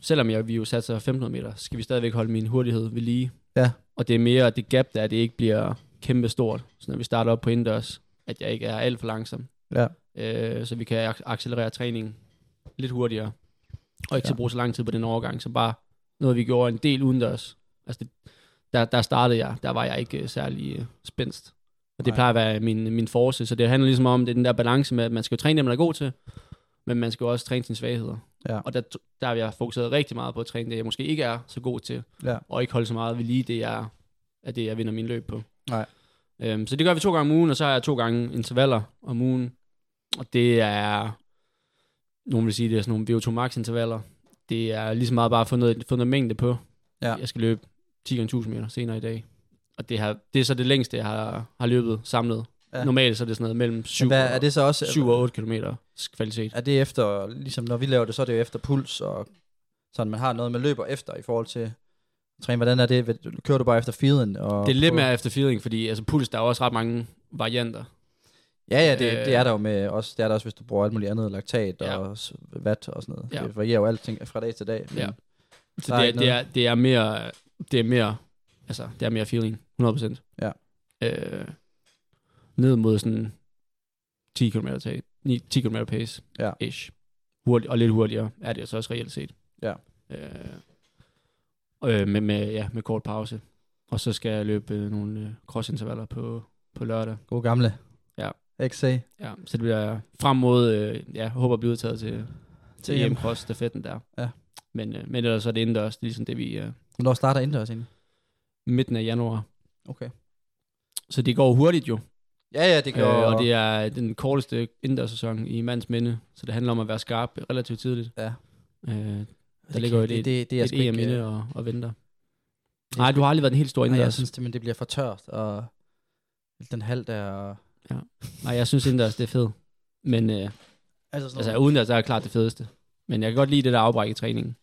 selvom jeg, vi jo satser 1500 meter, skal vi stadigvæk holde min hurtighed ved lige. Ja. Og det er mere det gap, der er, at det ikke bliver kæmpe stort, så når vi starter op på indendørs, at jeg ikke er alt for langsom. Ja. Øh, så vi kan ac- accelerere træningen lidt hurtigere, og ikke Ja. ja. så bruge så lang tid på den overgang, så bare noget, vi gjorde en del udendørs. Altså det, der, der startede jeg, der var jeg ikke øh, særlig øh, spændst. Og det Nej. plejer at være min, min force, så det handler ligesom om, det er den der balance med, at man skal jo træne det, man er god til, men man skal jo også træne sine svagheder. Ja. Og der, der har jeg fokuseret rigtig meget på at træne det, jeg måske ikke er så god til, Ja. og ikke holde så meget ved lige det, jeg, af det, jeg vinder min løb på. Nej. Øhm, så det gør vi to gange om ugen, og så har jeg to gange intervaller om ugen, og det er, nogen vil sige, det er sådan nogle VO2 max intervaller. Det er lige så meget bare at få noget, få noget mængde på. Ja. Jeg skal løbe 10 gange 1000 meter senere i dag. Og det, har, det er så det længste, jeg har, har løbet samlet. Ja. Ja. Normalt så er det sådan noget mellem 7, Hvad er det så også? 7 og 8 km kvalitet. Er det efter, ligesom når vi laver det, så er det jo efter puls, og sådan man har noget, man løber efter i forhold til træne? Hvordan er det? Ved- Kører du bare efter feeden? Og Det er lidt prøver- mere efter feeling, fordi altså, puls, der er også ret mange varianter. Mm. Ja, ja, det, Øh. det er der jo med også, det er der også, hvis du bruger alt muligt andet, laktat Ja. ja. og s- vat og sådan noget. Ja. Ja. Det varierer jo alting fra dag til dag. men Ja. der Så det er, ikke det, noget- er, det er mere, det er mere, altså, det er mere feeling, 100%. Ja. Øh, ned mod sådan 10 km, tag- ni- 10 km pace, Ja. ish. Hurtig, og lidt hurtigere er det så også reelt set. Ja. Øh, øh, med, med, ja, med kort pause. Og så skal jeg løbe øh, nogle øh, crossintervaller på, på lørdag. Gode gamle. Ja. XC. Ja, så det bliver frem mod, øh, ja, jeg håber at blive udtaget til, Til til EM. EM Cross, stafetten der. Ja. Men, øh, men ellers så er det indendørs, det er ligesom det, vi øh, Når starter indendørs egentlig? midten af januar. Okay. Så det går hurtigt jo, Ja, ja, det øh, gør... og det er den korteste indendørssæson i mands minde, så det handler om at være skarp relativt tidligt. Ja. Øh, der det ligger jo et, det, det, det, det er et E sgu EM ikke, øh, inde og, og venter. er Nej, sgu du har aldrig været en helt stor Nej, jeg indendørs. synes simpelthen, det bliver for tørt, og den halv der... og- Nej, jeg synes indendørs, det er fedt. Men øh, Altså sådan altså, noget. udendørs der er klart det fedeste. Men jeg kan godt lide det der afbræk i træningen.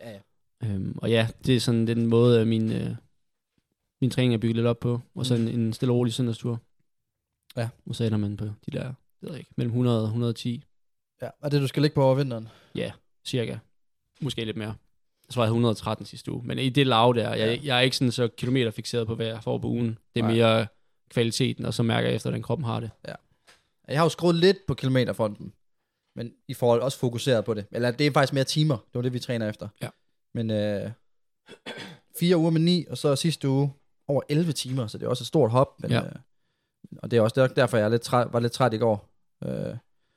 Ja, ja. Øhm, og ja, det er sådan den måde, øh, min, øh, min træning er bygget lidt op på. Og så en, en stille og rolig søndagstur. Mm. Ja. Og så ender man på de der, jeg ved jeg ikke, mellem 100 og 110 ja. Og det, du skal ligge på over vinteren. cirka. Måske lidt mere. Jeg tror, jeg havde 113 sidste uge. Men i det lav der, jeg, jeg er ikke sådan så kilometerfixeret på, hvad jeg får på ugen. Det er Nej. mere kvaliteten, og så mærker jeg efter, hvordan kroppen har det. Jeg har jo skruet lidt på kilometerfronten, men i forhold også fokuseret på det. Eller det er faktisk mere timer, det var det, vi træner efter. Ja. Men øh, fire uger med ni, og så sidste uge over 11 timer, så det er også et stort hop. Men, Ja. øh, og det er også derfor, jeg er lidt træt, var lidt træt i går. Øh,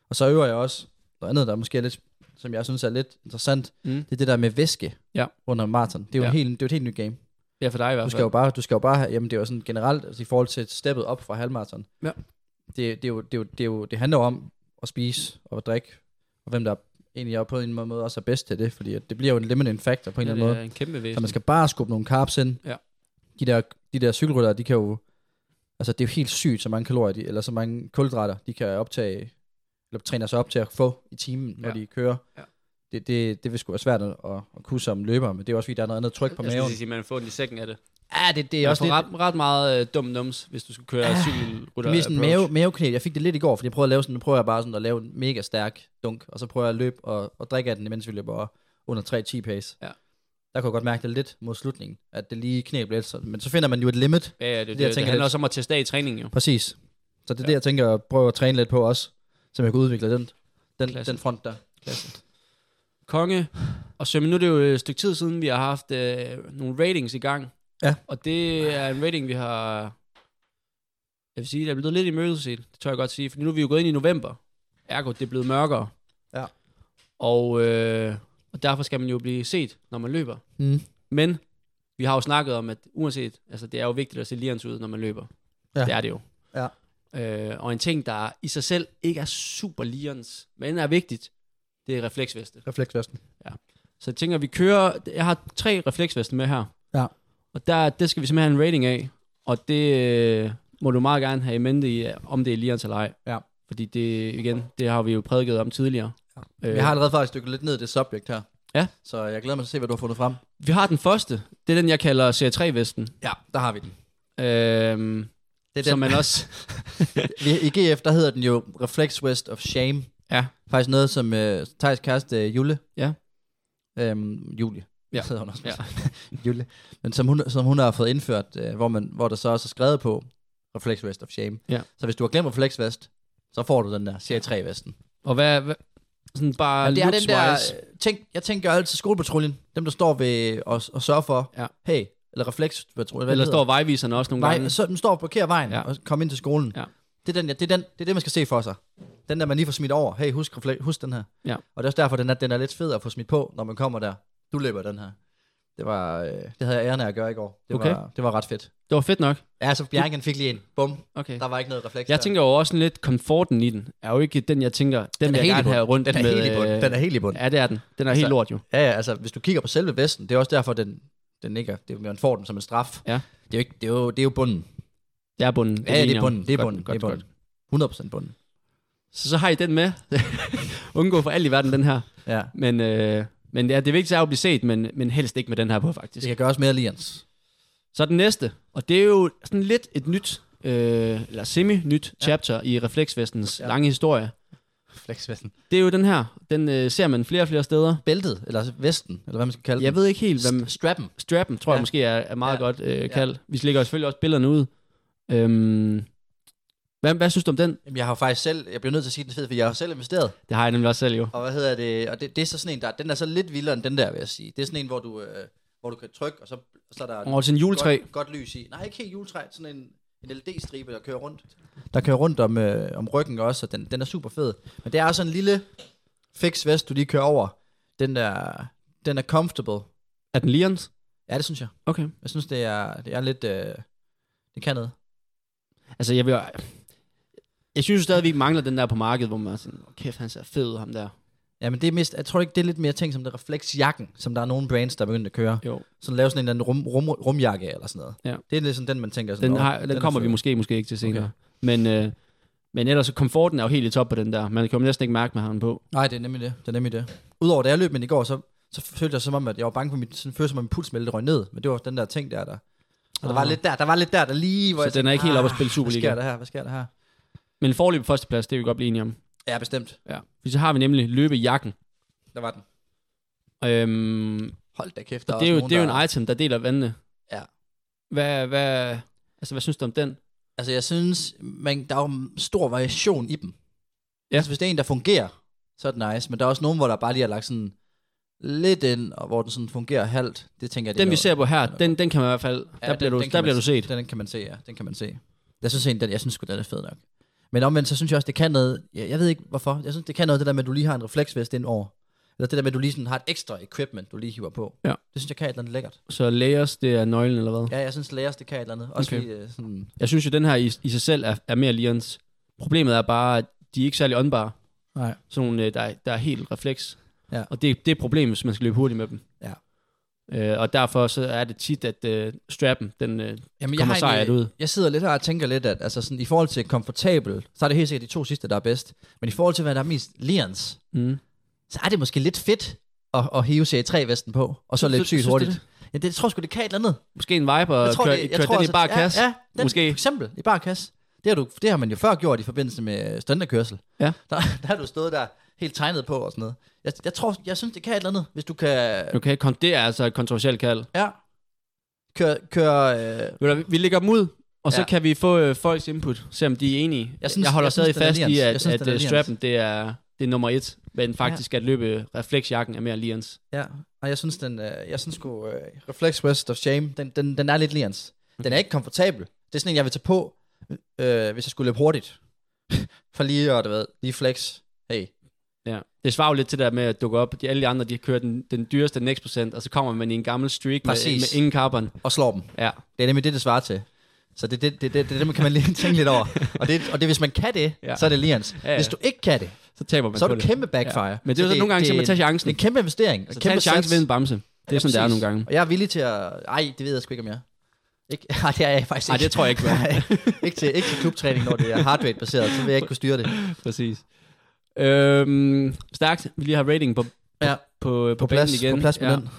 og så øver jeg også noget andet, der måske er lidt, som jeg synes er lidt interessant. Mm. Det er det der med væske Ja. under maraton. Det er jo Ja. en helt, det er jo et helt nyt game. Ja, for dig i Du hvert skal fald. jo bare, du skal jo bare have, jamen det er jo sådan generelt, altså i forhold til steppet op fra halvmarathon. Ja. Det, det, er jo, det, er jo, det, er jo, det handler jo om at spise og at drikke, og hvem der egentlig er på en eller anden måde også er bedst til det, fordi at det bliver jo en limiting factor på en Ja, eller det anden måde. er en kæmpe Så væsen. man skal bare skubbe nogle carbs ind. Ja. De der, de der cykelryttere, de kan jo... Altså, det er jo helt sygt, så mange kalorier, de, eller så mange kulhydrater, de kan optage, eller træner sig op til at få i timen, når Ja. de kører. Ja. Det, det, det vil sgu være svært at, at, at kunne som løber, men det er også fordi, der er noget andet tryk på jeg maven. skal sige, at man får en i sækken af det. Ja, det, det Det er er også også lidt, ret, ret meget øh, dum nums, hvis du skulle køre ah, cykelrytter Det er sådan mave, maveknæ. Jeg fik det lidt i går, fordi jeg prøvede at lave sådan, nu prøver jeg bare sådan at lave en mega stærk dunk, og så prøver jeg at løbe og, og drikke af den, mens vi løber under 3-10 pace. Ja. Der kunne jeg godt mærke det lidt mod slutningen, at det lige knæ blev lidt sådan. Men så finder man jo et limit. Ja, ja, det, jeg det, det, tænker det handler lidt. også om at teste af i træningen, jo. Præcis. Så det er ja. det, jeg tænker at prøve at træne lidt på også, så jeg kan udvikle den, den, Klasse. den front der. Konge. Og Sømme, nu er det jo et stykke tid siden, vi har haft øh, nogle ratings i gang. Ja. Og det er en rating, vi har... Jeg vil sige, der er blevet lidt imødeset, det tør jeg godt sige. For nu er vi jo gået ind i november. Ergo, det er blevet mørkere. Ja. Og, øh, og derfor skal man jo blive set, når man løber. Mm. Men vi har jo snakket om, at uanset, altså det er jo vigtigt at se lirens ud, når man løber. Ja. Ja. Det er det jo. Ja. Øh, og en ting, der i sig selv ikke er super lirens, men er vigtigt, det er refleksveste. Refleksvesten. Så jeg tænker, vi kører, jeg har tre refleksveste med her. Ja. Og der, det skal vi simpelthen have en rating af, og det øh, må du meget gerne have i mente, i, om det er lirens eller ej. Ja. Fordi det, igen, det har vi jo prædiket om tidligere. Ja. Øh. Jeg har allerede faktisk dykket lidt ned i det subjekt her. Ja. Så jeg glæder mig til at se, hvad du har fundet frem. Vi har den første, det er den, jeg kalder CR3-vesten. Ja, der har vi den. Øhm, Det er som den. man også... Vi- I GF, der hedder den jo Reflex West of Shame. Ja. Faktisk noget, som øh, Thijs kæreste øh, Jule. Ja. Øhm, Julie. Ja. Hedder hun også. Ja. Jule. Men som hun, som hun har fået indført, øh, hvor, man, hvor der så også er skrevet på Reflex West of Shame. Ja. Så hvis du har glemt Reflex West, så får du den der CA3-vesten. Og hvad, hvad sådan bare det er den der, looks-wise. øh, tænk, jeg tænker altid skolepatruljen, dem der står ved og, og sørger for, Ja. hey, eller reflekspatruljen, hvad Eller det står vejviserne også nogle Nej, gange? så den står og blokerer vejen Ja. ja. og kommer ind til skolen. Ja. Det, er den, ja, det, er den, det er det, man skal se for sig. Den der, man lige får smidt over. Hey, husk, refle- husk den her. Ja. Og det er også derfor, den er, den er lidt fed at få smidt på, når man kommer der. Du løber den her. Det, var, øh, det havde jeg æren af at gøre i går. Det, Okay. var, det var ret fedt. Det var fedt nok. Ja, så Bjerg, han fik lige en. Bum. Okay. Der var ikke noget refleks Jeg der. tænker jo også sådan lidt, komforten i den er jo ikke den, jeg tænker, den, den den vil er helt i jeg gerne bunden. have rundt Den er med. helt i bunden. øh, Den er helt i bunden. Ja, det er den. Den er helt Så- lort jo. Ja, ja, altså hvis du kigger på selve vesten, det er også derfor, den, den ikke er, det, man får den som en straf. Ja. Det, er jo ikke, det, er jo, det er jo bunden. Det er bunden. Ja, ja, vi det enige er om. bunden. Det er Godt, bunden. Godt, det er godt. bunden. 100% bunden. Så, så har I den med. Undgå for alt i verden, den her. Ja. Men øh, Men ja, det vigtigste er jo at blive set, men, men helst ikke med den her på, Det faktisk. skal gøres mere alliance. Så den næste, og det er jo sådan lidt et nyt, øh, eller semi-nyt chapter i Refleksvestens ja. Ja. lange historie. Flexvesten. Det er jo den her. Den øh, ser man flere og flere steder. Bæltet, eller vesten, eller hvad man skal kalde Jeg den. ved ikke helt, hvem... Strappen. Strappen, tror jeg Ja. måske er, er meget Ja. godt øh, kaldt. Vi lægger selvfølgelig også billederne ud. Øhm, hvad, hvad synes du om den? Jamen, jeg har jo faktisk selv, jeg bliver nødt til at sige den fed, for jeg har jo selv investeret. Det har jeg nemlig også selv jo. Og hvad hedder det? Og det, det er så sådan en, der, den er så lidt vildere end den der, vil jeg sige. Det er sådan en, hvor du, øh, hvor du kan trykke, og så, så er der Og til en juletræ. Godt, godt lys i. Nej, ikke helt juletræ, sådan en, en LED-stribe, der kører rundt. Der kører rundt om, øh, om ryggen også, og den, den er super fed. Men det er sådan en lille fix vest, du lige kører over. Den der, den er comfortable. Er den Lions? Ja, det synes jeg. Okay. Jeg synes, det er, det er lidt... Øh, det kan noget. Altså, jeg vil... Jeg synes jo stadig, vi mangler den der på markedet, hvor man er sådan, "Åh, kæft, han ser fed ud, ham der. Ja, men det er mest, jeg tror ikke, det er lidt mere ting som det er refleksjakken, som der er nogle brands, der er begyndt at køre. Jo. Sådan lave sådan en eller anden rum, rum, rumjakke eller sådan noget. Ja. Det er lidt sådan den, man tænker sådan Den, "Nå, har, den, er den kommer vi fed." måske, måske ikke til senere. Okay. Men, øh, men ellers, så komforten er jo helt i top på den der. Man kan jo næsten ikke mærke med ham på. Nej, det er nemlig det. Det er nemlig det. Udover da jeg løb med den i går, så, så følte jeg som om, at jeg var bange for mit, sådan følte som om, min puls meldte røg ned. Men det var den der ting der, der. Så der var Ah. lidt der, der var lidt der, der lige, hvor Så jeg den er ikke helt oppe at spille "Ah, Hvad Superliga." sker der her? Hvad sker der her? Men forløb førsteplads, det er vi godt blive enige om. Ja, bestemt. Ja. Fordi så har vi nemlig løbejakken. Der var den. Øhm, Hold da kæft, der det er, også jo, nogen, det er jo der... en item, der deler vandene. Ja. Hvad, hvad, altså, hvad synes du om den? Altså, jeg synes, man, der er jo stor variation i dem. Ja. Ja. Altså, hvis det er en, der fungerer, så er det nice. Men der er også nogen, hvor der bare lige er lagt sådan lidt ind, og hvor den sådan fungerer halvt. Det tænker jeg, det er Den, vi noget- ser på her, det er noget- den, den kan man i hvert fald... Ja, der den- bliver, den du, kan der man bliver du se- set. Den kan man se, ja. Den kan man se. Jeg synes, egentlig, den, jeg synes sgu, den er fed nok. Men omvendt, så synes jeg også, det kan noget. Jeg, jeg ved ikke, hvorfor. Jeg synes, det kan noget, det der med, at du lige har en refleksvest ind over. Eller det der med, at du lige sådan har et ekstra equipment, du lige hiver på. Ja. Det synes jeg kan et eller andet lækkert. Så layers, det er nøglen eller hvad? Ja. Ja, jeg synes, læres, det kan et eller andet. Også Okay. okay. fordi, øh, sådan, Jeg synes jo, den her i, i sig selv er, er mere Lions. Problemet er bare, at de er ikke særlig åndbare. Nej. Sådan nogle, øh, der, er- der er helt refleks. Ja. Og det, det er et problem, hvis man skal løbe hurtigt med dem. Ja. Øh, og derfor så er det tit, at øh, strappen, den øh, Jamen, kommer har egentlig- sejret ud. Jeg sidder lidt her og tænker lidt, at altså sådan, i forhold til komfortabel, så er det helt sikkert de to sidste, der er bedst. Men i forhold til, hvad der er mest lirens, Mm. så er det måske lidt fedt at, at hive serie 3-vesten på, og så Sy- løbe sygt synes du hurtigt. det? Det? Ja, det jeg tror jeg sgu, det kan et eller andet. Måske en vibe og køre, jeg køre den altså, i bare kasse. Ja, ja den, Måske. måske. for eksempel i bare kasse. Det har, du, det har man jo før gjort i forbindelse med øh, studenterkørsel. Ja. Der, der har du stået der helt tegnet på og sådan noget. Jeg, jeg, tror, jeg synes, det kan et eller andet, hvis du kan Okay, kom, det er altså et kontroversielt kald. ja, køre... køre øh, Ved du hvad, Vi lægger dem ud, og så Ja. kan vi få øh, folks input, se om de er enige. Jeg, synes, synes- jeg holder jeg stadig synes, den er fast i, Lions. at, Jeg synes, at den er øh, Lions. strappen det er, det er nummer et, men faktisk at løbe refleksjakken er mere Lions. ja, og jeg synes, den, øh, jeg synes sgu, øh, Reflex West of Shame, den, den, den er lidt lirens. Den er ikke komfortabel. Det er sådan en, jeg vil tage på, øh, hvis jeg skulle løbe hurtigt. For lige at, du ved, lige flex. Hey, Ja. Det svarer jo lidt til det der med at dukke op. De, alle de andre, de kører den, den dyreste next procent, og så kommer man i en gammel streak med, Præcis. med, ingen carbon. og slår dem. Ja. Det er nemlig det, det svarer til. Så det, det, det, det, det, det man kan man lige tænke lidt over. Og det, og det hvis man kan det, Ja. ja. så er det Lions. Ja, ja. Ja, ja. Hvis du ikke kan det, Så taber man så er på du det. kæmpe backfire. Ja. Men det er jo så nogle gange, så man tager chancen. Det er en kæmpe investering. Så Så tag kæmpe en chance ved en sats. bamse. Det er Ja, sådan, det er præcis. nogle gange. Og jeg er villig til at... Ej, det ved jeg sgu ikke, om jeg er. Ikke, nej, det er jeg faktisk Ej, ikke. det tror jeg ikke, du er. Nej, ikke, til, ikke til klubtræning, når det er heart rate baseret, så vil jeg ikke kunne styre det. Præcis. Øhm, stærkt. Vi lige har rating på, Ja, på, på, på plads, banen igen. på plads med ja. ja. den.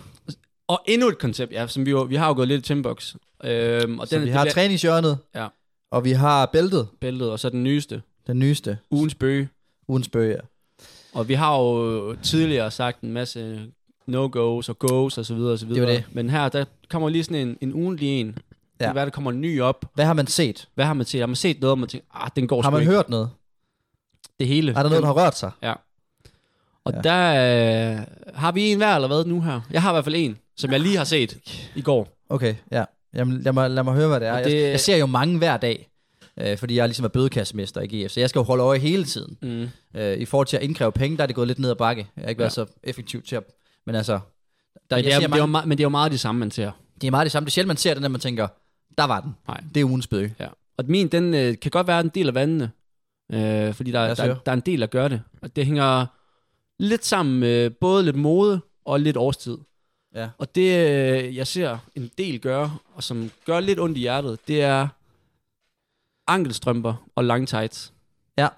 Og endnu et koncept, ja, som vi, jo, vi har jo gået lidt i Timbox. Øhm, og Så den, vi det har bliver træningshjørnet, Ja. og vi har bæltet, bæltet, og så den nyeste, den nyeste, ugens bøge. ugens bøger. Og vi har jo tidligere sagt en masse no-go's og go's og så videre og så er videre. det. Men her, der kommer lige sådan en, en ugenlig en. Ja. Det kan Ja. være, der kommer en ny op. Hvad har man set? Hvad har man set? Har man set noget, og man tænker, ah, den går Har sgu man ikke. hørt noget? det hele? Er der noget, der har rørt sig? Og ja. Ja. der øh, har vi en hver eller hvad nu her? Jeg har i hvert fald en, som jeg lige har set i går. Okay, ja. Jamen, lad mig, lad mig høre, hvad det er. Og Det... det- Jeg, jeg ser jo mange hver dag, øh, fordi jeg ligesom er bødekassemester i GF, så jeg skal jo holde øje hele tiden. Mm. Øh, I forhold til at indkræve penge, der er det gået lidt ned ad bakke. Jeg har ikke været Ja. så effektiv til at... Men altså, der, Men, jeg det er, ser det er jo, mange, me- men det er jo meget det samme, man ser. det er meget det samme. Det er sjældent, man ser den, at man tænker, der var den. Nej. Det er ugens bøde. Ja. Og min, den øh, kan godt være en del af vandene, øh, fordi der, Lad os der, høre. der er en del, der gør det. Og det hænger lidt sammen med både lidt mode og lidt årstid. Ja. Og det, øh, jeg ser en del gøre, og som gør lidt ondt i hjertet, det er ankelstrømper og lang tights. Ja.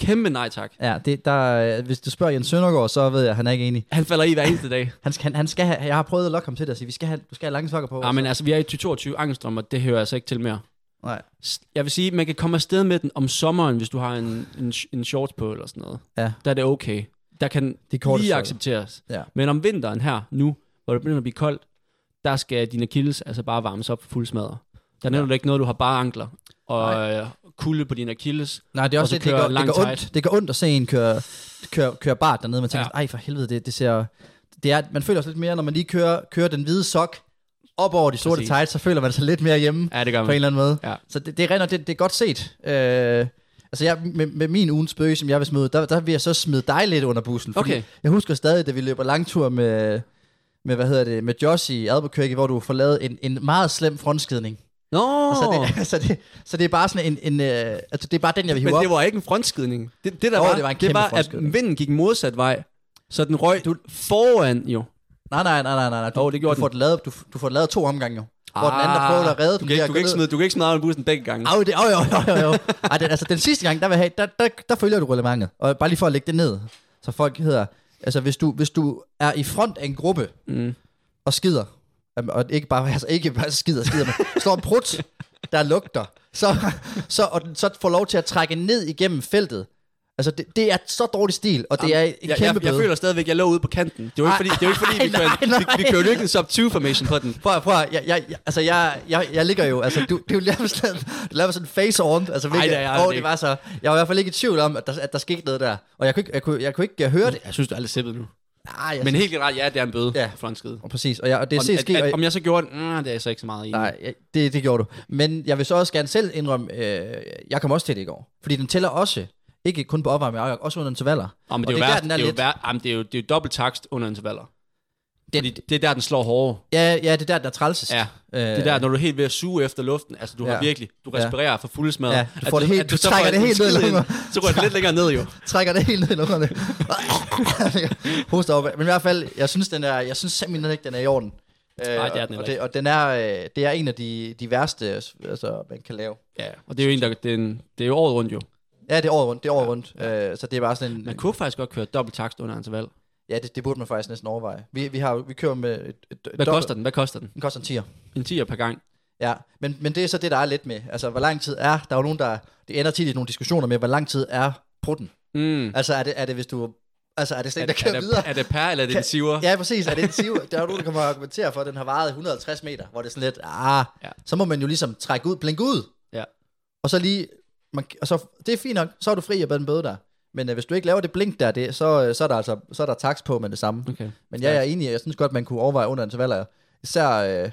Kæmpe nej tak. Ja, det, der, hvis du spørger Jens Søndergaard, så ved jeg, at han er ikke enig. Han falder i hver eneste dag. Han skal, han, han skal have, jeg har prøvet at lokke ham til det og sige, vi skal have, du skal have lange sokker på. Ja, men altså, vi er i 2022 angstdrømmer, det hører altså ikke til mere. Nej. S- Jeg vil sige, man kan komme afsted med den om sommeren, hvis du har en, en, sh- en shorts på eller sådan noget. Ja. Der er det okay. Der kan Det er det korte lige sokker. accepteres. Ja. Men om vinteren her, nu, hvor det begynder at blive koldt, der skal dine kildes altså bare varmes op for fuld smadre. Der er netop ikke noget, du har bare ankler og øh, kulde på dine kildes. Nej, det er Og også så det, det, kører gør, det, langt gør tight. ondt, det gør ondt at se en køre, køre, køre bart dernede. Man tænker, Ja. ja. ej for helvede, det, det ser... Det er, man føler sig lidt mere, når man lige kører, kører den hvide sok op over de sorte Præcis. tights, så føler man sig lidt mere hjemme Ja, det gør på en man. eller anden måde. Ja. Så det, det, er rent og det, det er godt set. Øh, altså jeg, med, med, min ugens bøge, som jeg vil smide, der, der vil jeg så smide dig lidt under bussen. fordi Okay. Jeg husker stadig, da vi løber langtur med, med, hvad hedder det, med Josh i Albuquerque, hvor du får lavet en, en meget slem frontskidning. Nå, Så, Altså, det, så, det, så det er bare sådan en, en øh, altså det er bare den, jeg vil hive men op. det var ikke en frontskidning. Det, det der Jo, var, det var en det kæmpe var at frontskidning. vinden gik modsat vej, så den røg du, foran jo. Nej, nej, nej, nej, nej. nej. Du, Jo, det gjorde du får den. Ah, den lavet, du, du får den lavet to omgange jo. Hvor den anden, der prøvede at redde den, du kan, bliver ikke, du, kan ikke gået ned. smide, du kan ikke smide af bussen begge gange. Au, det, au, jo, jo, jo, jo. Ej, den, altså, den sidste gang, der, vil jeg have, der, der, der følger du relevantet. Og bare lige for at lægge det ned, så folk hedder... Altså, hvis du, hvis du er i front af en gruppe Mm. og skider, øhm, og ikke bare, altså, ikke bare skider, skider, men står en prut, der lugter, så, så, og den, så får lov til at trække ned igennem feltet. Altså, det, det er så dårlig stil, og det er en Jeg, kæmpe jeg, jeg bøde. føler stadigvæk, at jeg lå ude på kanten. Det var ikke fordi, det var ikke fordi vi, Ej, nej, kørte, vi, vi nej. kørte jo ikke en sub-2-formation på den. Prøv, at- prøv, at- jeg, jeg, jeg, altså jeg, jeg, jeg ligger jo, altså du, du laver sådan, du laver sådan face on, altså hvilket, det er jeg åh, ikke. det var så, jeg var i hvert fald ikke i tvivl om, at der, at der skete noget der, og jeg kunne ikke, jeg kunne, jeg kunne ikke høre det. Jeg synes, du er lidt sippet nu. Ah, jeg, Men helt ret, ja, det er en bøde Ja. ja. for en skid. og præcis, og, jeg, og det er set Om, ske, at, og, at, om jeg så gjorde det, mm, det er jeg så ikke så meget i. nej, jeg- det, det gjorde du. Men jeg vil så også gerne selv indrømme, øh, jeg kom også til det i går, fordi den tæller også, ikke kun på opvarmning, men også under intervaller. Oh, men og det, er jo der, værst, den det, er er jo lidt- værst, jamen, det er jo det er jo dobbelt takst under intervaller. Det- Det, Fordi det er der, den slår hårdere. Ja, ja, det er der, den er trælsest. Ja. Øh, Det er der, når du er helt ved at suge efter luften, altså du Ja. har virkelig, du Ja. respirerer for fuld smad. Ja, du får det helt- du så trækker får det en helt ned i skid ind, lungerne. Så går det lidt længere ned jo. trækker det helt ned i lungerne. Hoster op. Men i hvert fald, jeg synes, den er, jeg synes simpelthen ikke, den er i orden. Øh, Nej, det er den heller og, det, ikke. og den er, øh, det er en af de, de værste, altså, man kan lave. Ja, og det er jo en, der, det er, en, det er jo året rundt jo. Ja, det er året rundt, det er året ja. rundt. Øh, så det er bare sådan en, Man kunne faktisk godt køre dobbelt takst under interval. ja, det, det, burde man faktisk næsten overveje. Vi, vi, har, jo- vi kører med et, et, et Hvad dobbelt- koster den? Hvad koster den? Den koster en 10'er. En 10'er per gang. Ja, men, men det er så det, der er lidt med. Altså, hvor lang tid er, der er jo nogen, der, det ender tit i nogle diskussioner med, hvor lang tid er prutten. Mm. Altså, er det, er det hvis du, altså, er det slet Er, ikke, der kører er, videre? der, er det per, eller er det en siver? Ja, præcis. Er det en siv? Der er jo nogen, der kommer og argumenterer for, at den har varet 150 meter, hvor det er sådan lidt, ah, ja. Ja. så må man jo ligesom trække ud, blink ud. Ja. Og så lige, man, og så, det er fint nok, så er du fri af den bøde der. Men øh, hvis du ikke laver det blink der, det, så, øh, så er der altså så er der tax på med det samme. Okay. Men jeg er enig, jeg synes godt, man kunne overveje under intervaller. Især, øh,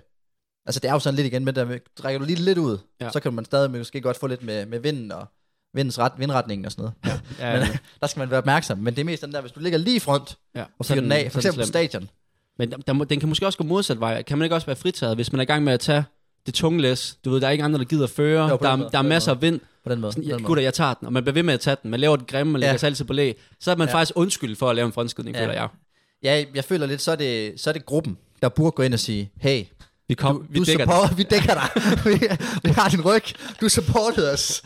altså det er jo sådan lidt igen, men der, trækker du lige lidt ud, ja. Ja. så kan man stadig måske godt få lidt med, med vinden og vindens ret, vindretningen og sådan noget. Ja, Men, men, der skal man være opmærksom. Men det er mest den der, hvis du ligger lige i front ja. og fyrer den af, for sådan eksempel på slem. stadion. Men der, der, må- den kan måske også gå modsat vej. Kan man ikke også være fritaget, hvis man er i gang med at tage det tunge læs? Du ved, der er ikke andre, der gider at føre. Jo, på den der, er, måde, der er på den masser af vind. På den måde. Sådan, på ja, den måde. gutter, jeg tager den. Og man bliver ved med at tage den. Man laver den grimme, man Ja. lægger sig altid på læ. Så er man Ja. ja. faktisk undskyld for at lave en frontskydning, Ja. ja. føler jeg. Ja, jeg føler lidt, så er det, så er det gruppen, der burde gå ind og sige, hey, Vi, kom, du, vi du dækker support, vi dækker dig. vi, vi har din ryg. Du supportede os.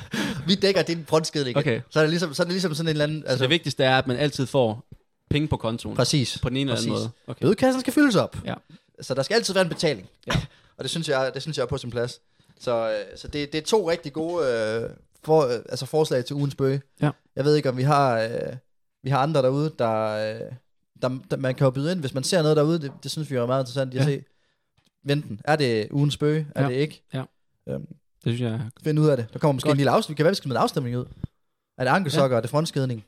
Vi dækker din frontskidning. Okay. Så, er det ligesom, så er det ligesom sådan en eller anden... den. Så Altså, det vigtigste er, at man altid får penge på kontoen. præcis. På den ene eller anden præcis. måde. Okay. Bødekassen skal fyldes op. Ja. Så der skal altid være en betaling. Ja. og det synes, jeg, det synes jeg er på sin plads. Så, øh, så det, det er to rigtig gode øh, for, øh, altså forslag til ugens bøge. Ja. Jeg ved ikke, om vi har, øh, vi har andre derude, der, øh, der, der... Man kan jo byde ind, hvis man ser noget derude. Det, det synes vi er meget interessant lige at se. Venten. Er det ugens bøge? Er Ja. det ikke? Ja. Øhm, Det synes jeg er find ud af det. Der kommer måske Godt. Godt. en lille afstemning. Det kan være, vi skal smide en afstemning ud. Er det ankelsokker? Ja. Er det frontskidning?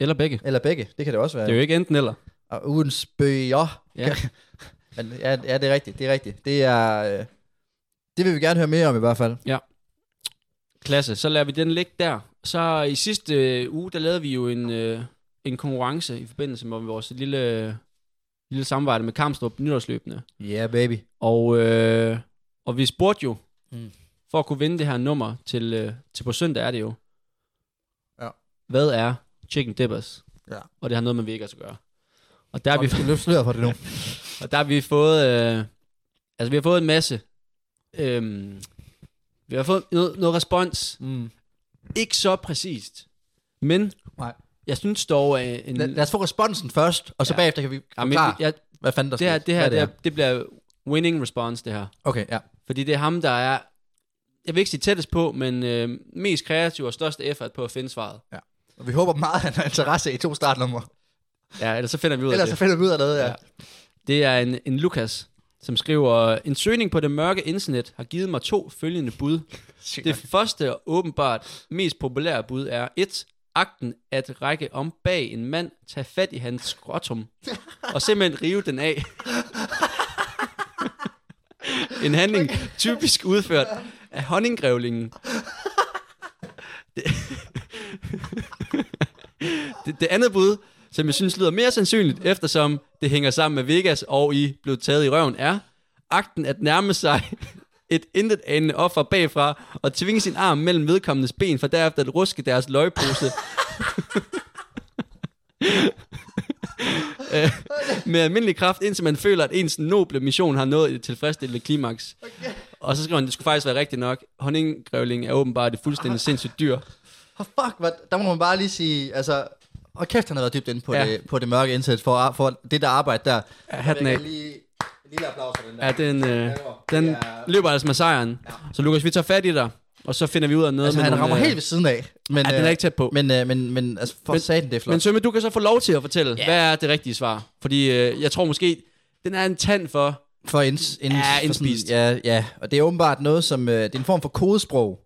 Eller begge. Eller begge? Det kan det også være. Det er jo ikke enten eller. Og ugens bøger. Ja. Men ja, ja, det er rigtigt, det er rigtigt. Det er... Øh, det vil vi gerne høre mere om i hvert fald. Klasse, så lader vi den ligge der. Så i sidste øh, uge, der lavede vi jo en, øh, en konkurrence i forbindelse med vores lille, lille samarbejde med Kamstrup nytårsløbende. Ja, yeah, baby. Og, øh, og vi spurgte jo, Mm. mm. for at kunne vinde det her nummer til, øh, til på søndag er det jo. Ja. Hvad er Chicken Dippers? Ja. Og det har noget med Vegas at gøre. Og der, Ja, er vi vi, skal løfte sløret for det nu. og der har vi fået, øh, altså vi har fået en masse, øhm, øh, vi har fået noget, noget respons, Mm. ikke så præcist, Men Nej. jeg synes dog, at en, Lad, lad os få responsen først, og så Ja. ja. bagefter kan vi Jamen, forklare, jeg, hvad fanden der det her, skete. det her Hvad det, er, det bliver winning response, det her. Okay, ja. Fordi det er ham, der er, jeg vil ikke sige tættest på, men øh, mest kreativ og største effort på at finde svaret. Og vi håber meget, at han har interesse i to startnumre. Ja, ellers så finder vi ud af Ellers det. så finder vi ud af noget, ja. Ja. Det er en, en Lukas, som skriver, en søgning på det mørke internet har givet mig to følgende bud. Sygt Det nok. første og åbenbart mest populære bud er 1. Akten at række om bag en mand, tage fat i hans skrotum og simpelthen rive den af. en handling typisk udført af honninggrævlingen. Det, det, det andet bud, som jeg synes lyder mere sandsynligt, eftersom det hænger sammen med Vegas og I blev taget i røven, er akten at nærme sig et intet anende offer bagfra og tvinge sin arm mellem vedkommendes ben for derefter at ruske deres løgpose Øh, med almindelig kraft, indtil man føler, at ens noble mission har nået et tilfredsstillende klimaks. Og så skriver han, det skulle faktisk være rigtigt nok. Honninggrævlingen er åbenbart et fuldstændig sindssygt dyr. Oh, fuck, hvad, der må man bare lige sige, altså... Og kæft, han har været dybt inde på, Ja. ja. det, på det mørke indsæt for, for det der arbejde der. Ja, hatten Jeg af. vil Lige, en lille applaus for den der. Ja, den, øh, den Ja. løber altså med sejren. Så Lukas, vi tager fat i dig, og så finder vi ud af noget. altså, med han nogle, rammer øh, helt ved siden af. Men, Ja, den er ikke tæt på. Men, øh, men, men altså, for Men- satan, det er flot. Men Sømme, du kan så få lov til at fortælle, yeah. hvad er det rigtige svar? Fordi øh, jeg tror måske, den er en tand for... For inds, inds, Ja, for sådan- indspist. Ja, ja, og det er åbenbart noget, som øh, det er en form for kodesprog,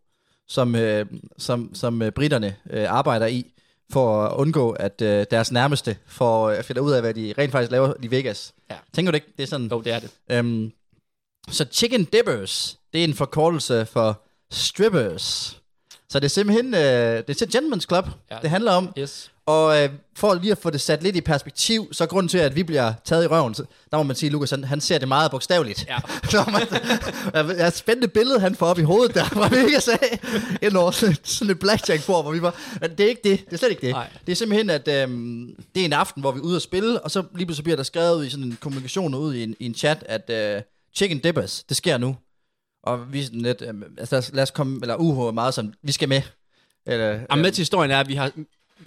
som, øh, som, som øh, britterne øh, arbejder i, for at undgå, at øh, deres nærmeste får øh, at finde ud af, hvad de rent faktisk laver i Vegas. Ja. Tænker du ikke, det er sådan? Jo, det er det. Øhm, så chicken dippers, det er en forkortelse for strippers. Så det er simpelthen, øh, det er til Gentleman's Club, Ja. ja. det handler om. Yes. Og øh, for lige at få det sat lidt i perspektiv, så grunden til, at vi bliver taget i røven, så, der må man sige, at Lukas, han, han ser det meget bogstaveligt. Ja. Når man, jeg ved- jeg har et spændende billede, han får op i hovedet der, hvor vi ikke sagde, ind over sådan, sådan et blackjack hvor vi var, men det er ikke det, det er slet ikke det. Nej. Det er simpelthen, at øhm, det er en aften, hvor vi er ude at spille, og så lige pludselig bliver der skrevet i sådan en kommunikation ud i en, i en chat, at øh, chicken dippers, det sker nu. Og vi er sådan lidt, øh, altså lad os, lad os komme, eller UH er meget sådan, vi skal med. Eller, øh, Og med til historien er, at vi har...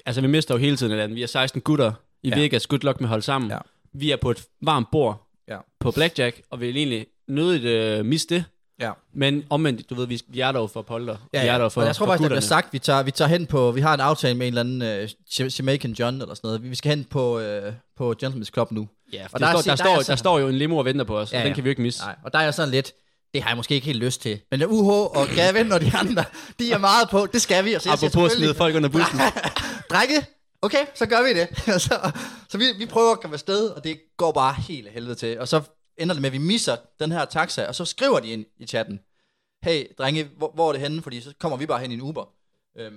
Altså, vi mister jo hele tiden hinanden. Vi er 16 gutter i Ja. ja. Vegas. Good luck med at holde sammen. Ja. Ja. Vi er på et varmt bord Ja. på Blackjack, og vil egentlig nødigt øh, miste det. ja. Men omvendt, du ved, vi, vi er der jo for polter. Ja, ja. Vi er der jo for, og jeg tror for faktisk, der bliver gutterne. sagt, vi tager, vi tager hen på, vi har en aftale med en eller anden øh, Ja- Jamaican John eller sådan noget. Vi vi skal hen på, øh, på Gentleman's Club nu. Ja, for Og der, der er se- der står, der, står, er der, sådan- står jo en limo og venter på os, ja, Ja, og den ja. kan vi jo ikke miste. Nej, og der er jeg sådan lidt, det har jeg måske ikke helt lyst til. Men UH og Gavin og de andre, de er meget på, det skal vi. Og så jeg siger Apropos at selvfølgelig, smide folk under bussen. Drenge, okay, så gør vi det. Og så, så vi, vi prøver at komme afsted, og det går bare helt af helvede til. Og så ender det med, at vi misser den her taxa, og så skriver de ind i chatten. Hey, drenge, hvor, hvor er det henne? Fordi så kommer vi bare hen i en Uber. Øhm,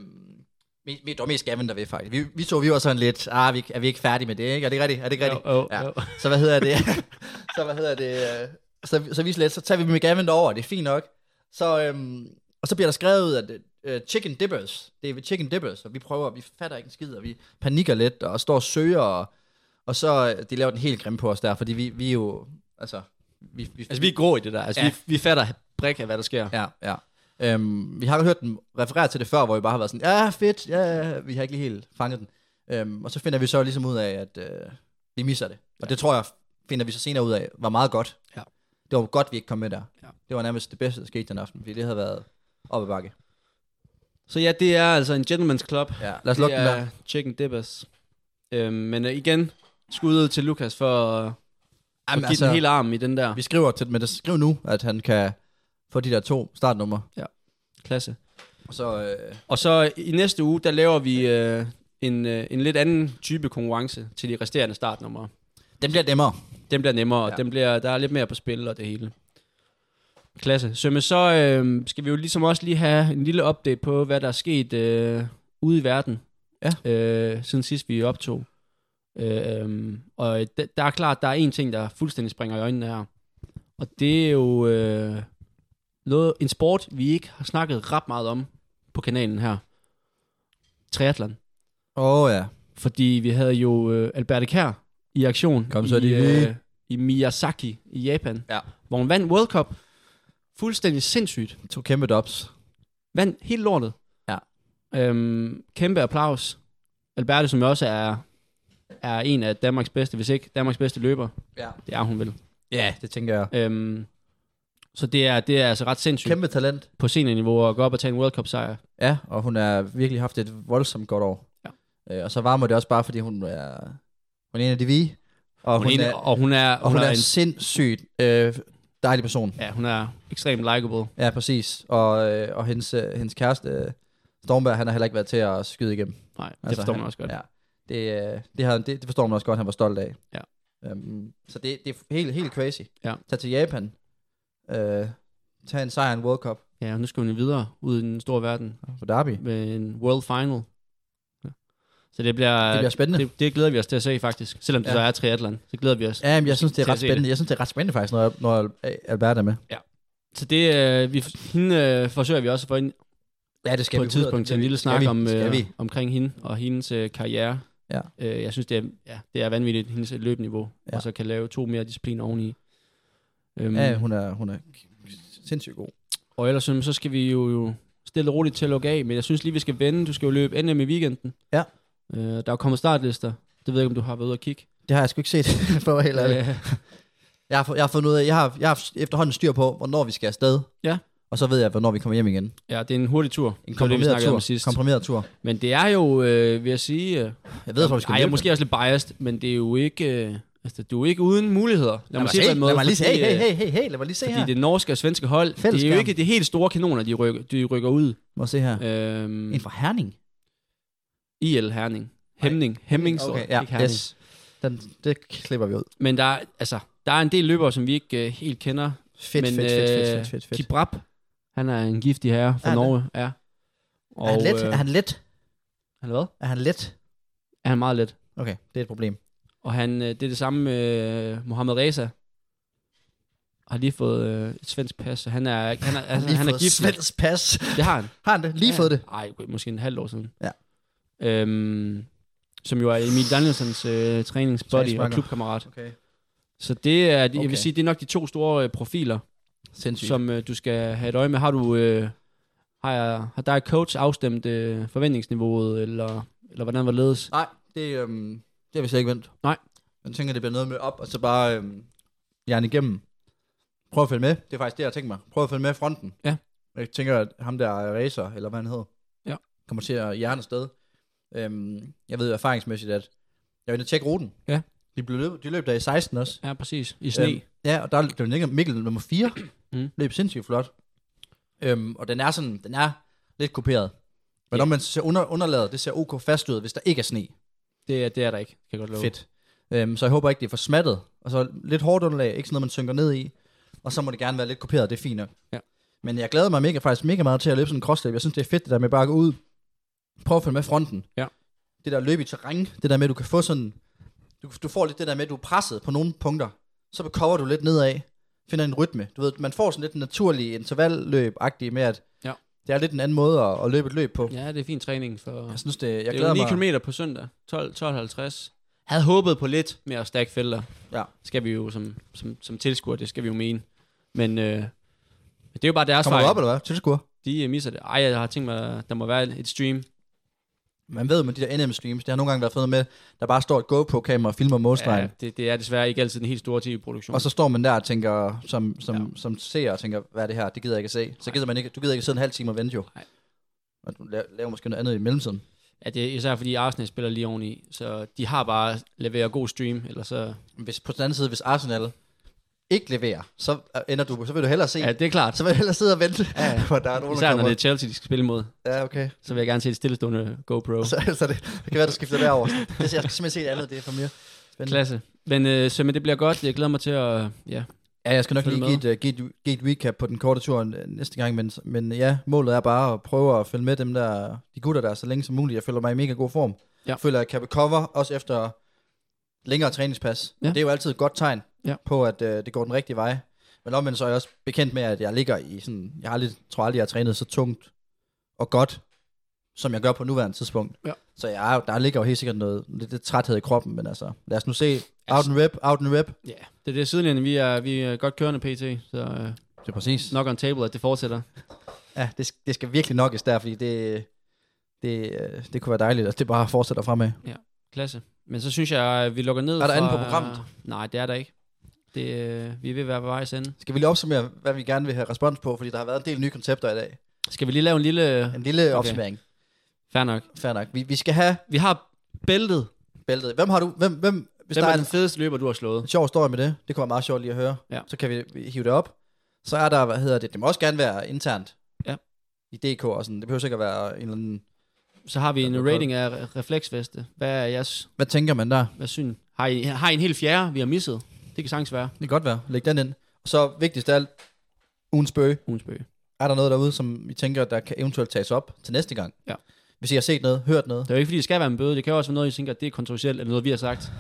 vi, vi, det var mest Gavin, der ved faktisk. Vi, vi to, vi var sådan lidt, ah, er vi, ikke- er vi ikke færdige med det, ikke? Er det ikke rigtigt? Er det ikke rigtigt? Jo, jo, jo. Så hvad hedder det? så hvad hedder det? øh, Så, så vi slet, så tager vi med Gavin over, det er fint nok. Så, øhm, og så bliver der skrevet, at øh, chicken dippers, det er ved chicken dippers, og vi prøver, vi fatter ikke en skid, og vi panikker lidt, og står og søger, og, og så, øh, de laver den helt grimme på os der, fordi vi, vi er jo, altså, vi, vi, Altså, vi er grå i det der. Altså, ja. Ja. vi, vi fatter brik af, hvad der sker. ja, ja. Øhm, vi har jo hørt den refereret til det før, hvor vi bare har været sådan, ja, fedt, ja, ja, vi har ikke lige helt fanget den. Øhm, og så finder vi så ligesom ud af, at øh, vi misser det. Og det tror jeg, finder vi så senere ud af, var meget godt. Ja. Det var godt, vi ikke kom med der. Ja. Det var nærmest det bedste, der skete den aften, fordi det havde været op ad bakke. Så ja, det er altså en gentleman's club. Ja. Lad os lukke den det der. er Chicken Dippers. Øhm, men øh, igen, skud ud til Lukas for at Jamen, give altså, den hele arm i den der vi skriver til men det skriv nu, at han kan få de der to startnumre. klasse. Og så, øh, Og så i næste uge, der laver vi øh, en, øh, en lidt anden type konkurrence til de resterende startnumre. den bliver nemmere. Den bliver nemmere, ja. Ja. den bliver, der er lidt mere på spil og det hele. Klasse. Så, men så øh, skal vi jo ligesom også lige have en lille update på, hvad der er sket øh, ude i verden, Ja. øh, siden sidst vi optog. Øh, øhm, og d- der er klart, der er en ting, der fuldstændig springer i øjnene her. Og det er jo øh, noget, en sport, vi ikke har snakket ret meget om på kanalen her. Triathlon. Åh oh, ja. Fordi vi havde jo øh, Albert Kær i aktion Kom så, i, øh, de hvide. i Miyazaki i Japan, Ja. hvor hun vandt World Cup. Fuldstændig sindssygt. To kæmpe dobs. Vandt helt lortet. Ja. Øhm, kæmpe applaus. Alberte, som jo også er, er en af Danmarks bedste, hvis ikke Danmarks bedste løber. Ja. Det er hun vel. Ja, det tænker jeg. Øhm, så det er, det er altså ret sindssygt Kæmpe. Kæmpe talent. på seniorniveau at gå op og tage en World Cup sejr. Ja, og hun har virkelig haft et voldsomt godt år. Ja. Øh, og så varmer det også bare, fordi hun er, hun er en af de vi. Og Hun, hun er, og hun er, og hun er en en, sindssygt øh, dejlig person. ja, hun er ekstremt likable. Ja, præcis. Og, øh, og hendes, øh, hendes kæreste, øh, Stormberg, han har heller ikke været til at skyde igennem. Nej, det altså, forstår man han- også godt. Ja. Ja. Det, øh, det, havde, det, det forstår man også godt, han var stolt af. Ja. Um, så det, det er helt, helt crazy. Ja. Tag til Japan. Øh, tag en sejr i en World Cup ja, nu skal hun jo videre ud i den store verden på Derby. med en World Final. Ja. Så det bliver, Det bliver spændende. Det, det glæder vi os til at se faktisk. Selvom det Ja. så er triathlon, så glæder vi os. Ja, men jeg synes, det til er at ret se spændende. Jeg synes, det er ret spændende faktisk, når, når Albert er med. Så det, øh, vi, hende øh, forsøger vi også at få ind Ja, det skal på et tidspunkt til en lille snak om, Skal øh, vi? omkring hende og hendes øh, karriere. Ja. Øh, jeg synes, det er, ja, det er vanvittigt, hendes øh, løbniveau, Ja. ja. og så kan lave to mere discipliner oveni. Øhm, Ja, hun er, hun er sindssygt god. Og ellers øhm, så skal vi jo, jo stille og roligt til at lukke af, men jeg synes lige, vi skal vende. Du skal jo løbe NM i weekenden. Ja. Øh, der er jo kommet startlister. Det ved jeg ikke, om du har været ude og kigge. Det har jeg sgu ikke set for helt ærligt. Øh, Jeg har, fået- jeg har fundet ud af, jeg har, jeg har haft efterhånden styr på, hvornår vi skal afsted. Ja. Og så ved jeg, hvornår vi kommer hjem igen. ja, det er en hurtig tur. En Det var det, vi komprimeret snakkede tur. om sidst. Komprimeret tur. men det er jo, øh, vil jeg sige... Øh, Jeg ved, hvor vi skal Ej, jeg løbe. er måske også lidt biased, men det er jo ikke... Øh, altså, du er jo ikke uden muligheder. Lad, Lad mig, sige det se, på en måde, lad mig lige se. fordi, Hey, hey, øh, hey, hey, hey, lad mig lige se her. Fordi det norske og svenske hold, det er jo Fællesskærm. ikke de helt store kanoner, de rykker, de rykker ud. Må se her. Øhm, En fra Herning. IL Herning. Hemning. Hemming, Okay, ja, ikke Herning. yes. Den, det klipper vi ud. Men der er, altså, der er en del løbere, som vi ikke uh, helt kender. Fedt, men, fedt, fedt, fedt, øh, fedt, fedt, fedt. Kibrap, han er en giftig herre fra Er han Norge. Ja. Og, Er han let? øh, Er han let? han hvad? Er han let? Er han meget let. Okay, det er et problem. Og han, øh, det er det samme med øh, Mohamed Reza. Har lige fået øh, et svensk pas, så han er, han er, altså, Lige han er fået gift. svensk pas. Det har han. Har han det? Lige ja. fået det? Nej, måske en halv år siden. Ja. Øhm, som jo er Emil Danielsens øh, træningsbuddy og Træningspartner. klubkammerat. Okay. Så det er, okay. jeg Okay. vil sige, det er nok de to store øh, profiler, Sindssygt. som øh, du skal have et øje med. Har du, øh, har, jeg, har dig coach afstemt øh, forventningsniveauet, eller, eller hvordan var ledes? Nej, det, øhm, det har vi slet ikke vendt. Nej. Jeg tænker, det bliver noget med op, og så bare øhm, jern igennem. Prøv at følge med. Det er faktisk det, jeg tænker mig. Prøv at følge med i fronten. Ja. Jeg tænker, at ham der er racer, eller hvad han hedder, Ja. kommer til at hjerne afsted. Øhm, jeg ved erfaringsmæssigt, at jeg vil inde og tjekke ruten. Ja. De, blev løb, de løb der i 16 også. Ja, præcis. I sne. Øhm, ja, og der blev Mikkel, Mikkel nummer 4. Mm. Mm. Løb sindssygt flot. Øhm, og den er sådan, den er lidt kuperet. Men Ja. når man ser under, underlaget, det ser ok fast ud, hvis der ikke er sne. Det, er- det er der ikke, kan jeg godt love. Fedt. Øhm, så jeg håber ikke, det er for smattet. Og så lidt hårdt underlag, ikke sådan noget, man synker ned i. Og så må det gerne være lidt kopieret, det er fint nok. Ja. Men jeg glæder mig mega, faktisk mega meget til at løbe sådan en crossløb. Jeg synes, det er fedt, det der med bare at gå ud. Prøv at følge med fronten. Ja. Det der løb i terræn, det der med, at du kan få sådan... Du, du får lidt det der med, at du er presset på nogle punkter. Så cover du lidt nedad, finder en rytme. Du ved, man får sådan lidt en naturlig intervalløb-agtig med, at Ja. det er lidt en anden måde at, at løbe et løb på. Ja. Ja, det er fin træning for... Jeg synes, det, jeg Jeg det er glæder jo 9 mig. kilometer på søndag, 12, 12.50. Havde håbet på lidt mere at stærke felter. Ja. Skal vi jo som, som, som tilskuer, det skal vi jo mene. Men øh, det er jo bare deres Kommer du fejl. op, eller hvad? Tilskuer. De øh, misser det. Ej, jeg har tænkt mig, der må være et stream. Man ved med de der NM-streams, det har nogle gange været fundet med, der bare står et GoPro-kamera og filmer målstregen. Ja. det, det er desværre ikke altid den helt store tv-produktion. Og så står man der og tænker, som, som, Ja. ja. som ser og tænker, hvad er det her? Det gider jeg ikke at se. Så Nej. gider man ikke, du gider ikke at sidde en halv time og vente jo. Nej. Og du la- laver måske noget andet i mellemtiden. Ja, det er øh, især fordi Arsenal spiller lige oveni, så de har bare leveret god stream, eller så... Hvis, på den anden side, hvis Arsenal ikke leverer, så øh, ender du, så vil du hellere se, Ja, ja. det er klart. så vil du hellere sidde og vente, Ja, ja. hvor der er nogen, der Især når kommer. det er Chelsea, de skal spille mod, Ja, okay. så vil jeg gerne se et stillestående GoPro. Så, så det, det kan være, du skifter derover. Det, jeg skal simpelthen se et andet, det er for mere. Klasse. Men øh, så men det bliver godt. Jeg glæder mig til at... Ja, Ja, jeg skal nok Følg lige give et, øh, give, et, give et recap på den korte tur øh, næste gang, men, men ja, målet er bare at prøve at følge med dem der, de gutter der, så længe som muligt. Jeg føler mig i mega god form. Ja. Jeg føler, at jeg kan recover, også efter længere træningspas. Ja. Ja. Det er jo altid et godt tegn Ja. på, at øh, det går den rigtige vej. Men omvendt så er jeg også bekendt med, at jeg ligger i sådan, jeg har aldrig, tror aldrig, jeg har trænet så tungt og godt, som jeg gør på nuværende tidspunkt. Ja. Så jeg, er jo- der ligger jo helt sikkert noget, lidt, lidt træthed i kroppen, men altså, lad os nu se. Out and rep, out and rep. Ja, det er det sidelinjen. Vi er, vi er godt kørende pt, så øh, Det er præcis. nok on table, at det fortsætter. Ja, det, det skal virkelig nok der, fordi det, Det, øh, det kunne være dejligt, at det bare fortsætter fremad. Klasse. Men så synes jeg, at vi lukker ned Er der fra... andet på programmet? Nej, det er der ikke. Det, øh, vi er ved at være på vejs ende. Skal vi lige opsummere, hvad vi gerne vil have respons på, fordi der har været en del nye koncepter i dag. Skal vi lige lave en lille... øh, En lille okay. opsummering. Fair nok. Fair nok. Vi, vi skal have Vi har bæltet. bæltet. Hvem har du? Hvem, hvem, hvis Hvem der er er den en fedeste løber, du har slået? sjov historie med det, det kunne være meget sjovt lige at høre. Ja. Så kan vi, vi hive det op. Så er der, hvad hedder det, det må også gerne være internt. Ja. I DK og sådan. Det behøver sikkert være en eller anden... Så har vi Den er en kold. rating af re- refleksveste. Hvad er jeres Hvad tænker man der? hvad syn? Har I, har I en hel fjerde, vi har misset? Det kan sagtens være. Det kan godt være. Læg den ind. Og så vigtigst af alt, ugens bøge. Ugens bøge. Er der noget derude, som I tænker, der kan eventuelt tages op til næste gang? Ja. Hvis I har set noget, hørt noget. Det er jo ikke, fordi det skal være en bøde. Det kan jo også være noget, I tænker, at det er kontroversielt, eller noget, vi har sagt.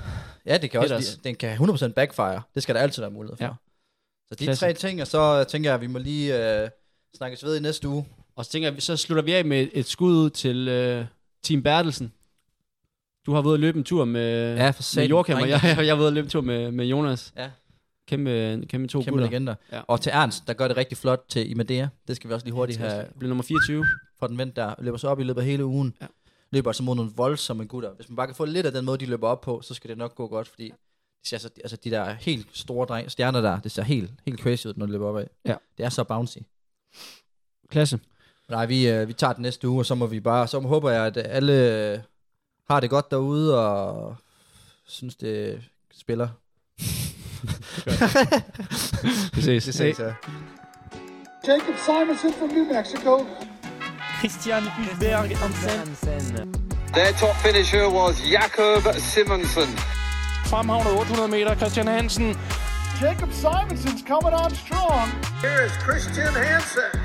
Ja, det kan Hit også, us. den kan 100% backfire. Det skal der altid være mulighed for. altså. Ja. Så de Klasse. tre ting, og så tænker jeg, at vi må lige øh, snakkes ved i næste uge. Og så tænker jeg, så slutter vi af med et skud ud til øh, Team Bertelsen. Du har været ude at løbe en tur med, Ja, for med satan, Jorkam, og drenge. jeg, jeg, jeg har været ude at løbe en tur med, med Jonas. Ja. Kæmpe, kæmpe to Kæmpe kæmpe gutter. legender. Ja. Ja. Og til Ernst, der gør det rigtig flot til Imadea. Det skal vi også lige hurtigt have Blev nummer 24. for den vendt der. Løber så op i løbet af hele ugen. Ja. Ja. Løber altså mod nogle voldsomme gutter. Hvis man bare kan få lidt af den måde, de løber op på, så skal det nok gå godt, fordi de, ser så, altså, de der helt store dreng, stjerner der, det ser helt, helt crazy ud, når de løber op af. Ja. Det er så bouncy. Klasse. Nej, vi, øh, vi tager den næste uge, og så må vi bare, så håber jeg, at alle øh, har det godt derude, og synes, det spiller. Vi ses. Vi ses, ja. Jacob Simonson from New Mexico. Christian Hulberg Hansen Their top finisher was Jakob Simonsen. fremhavnet 800 meter, Christian Hansen Jacob Simonson's coming on strong. Here is Christian Hansen.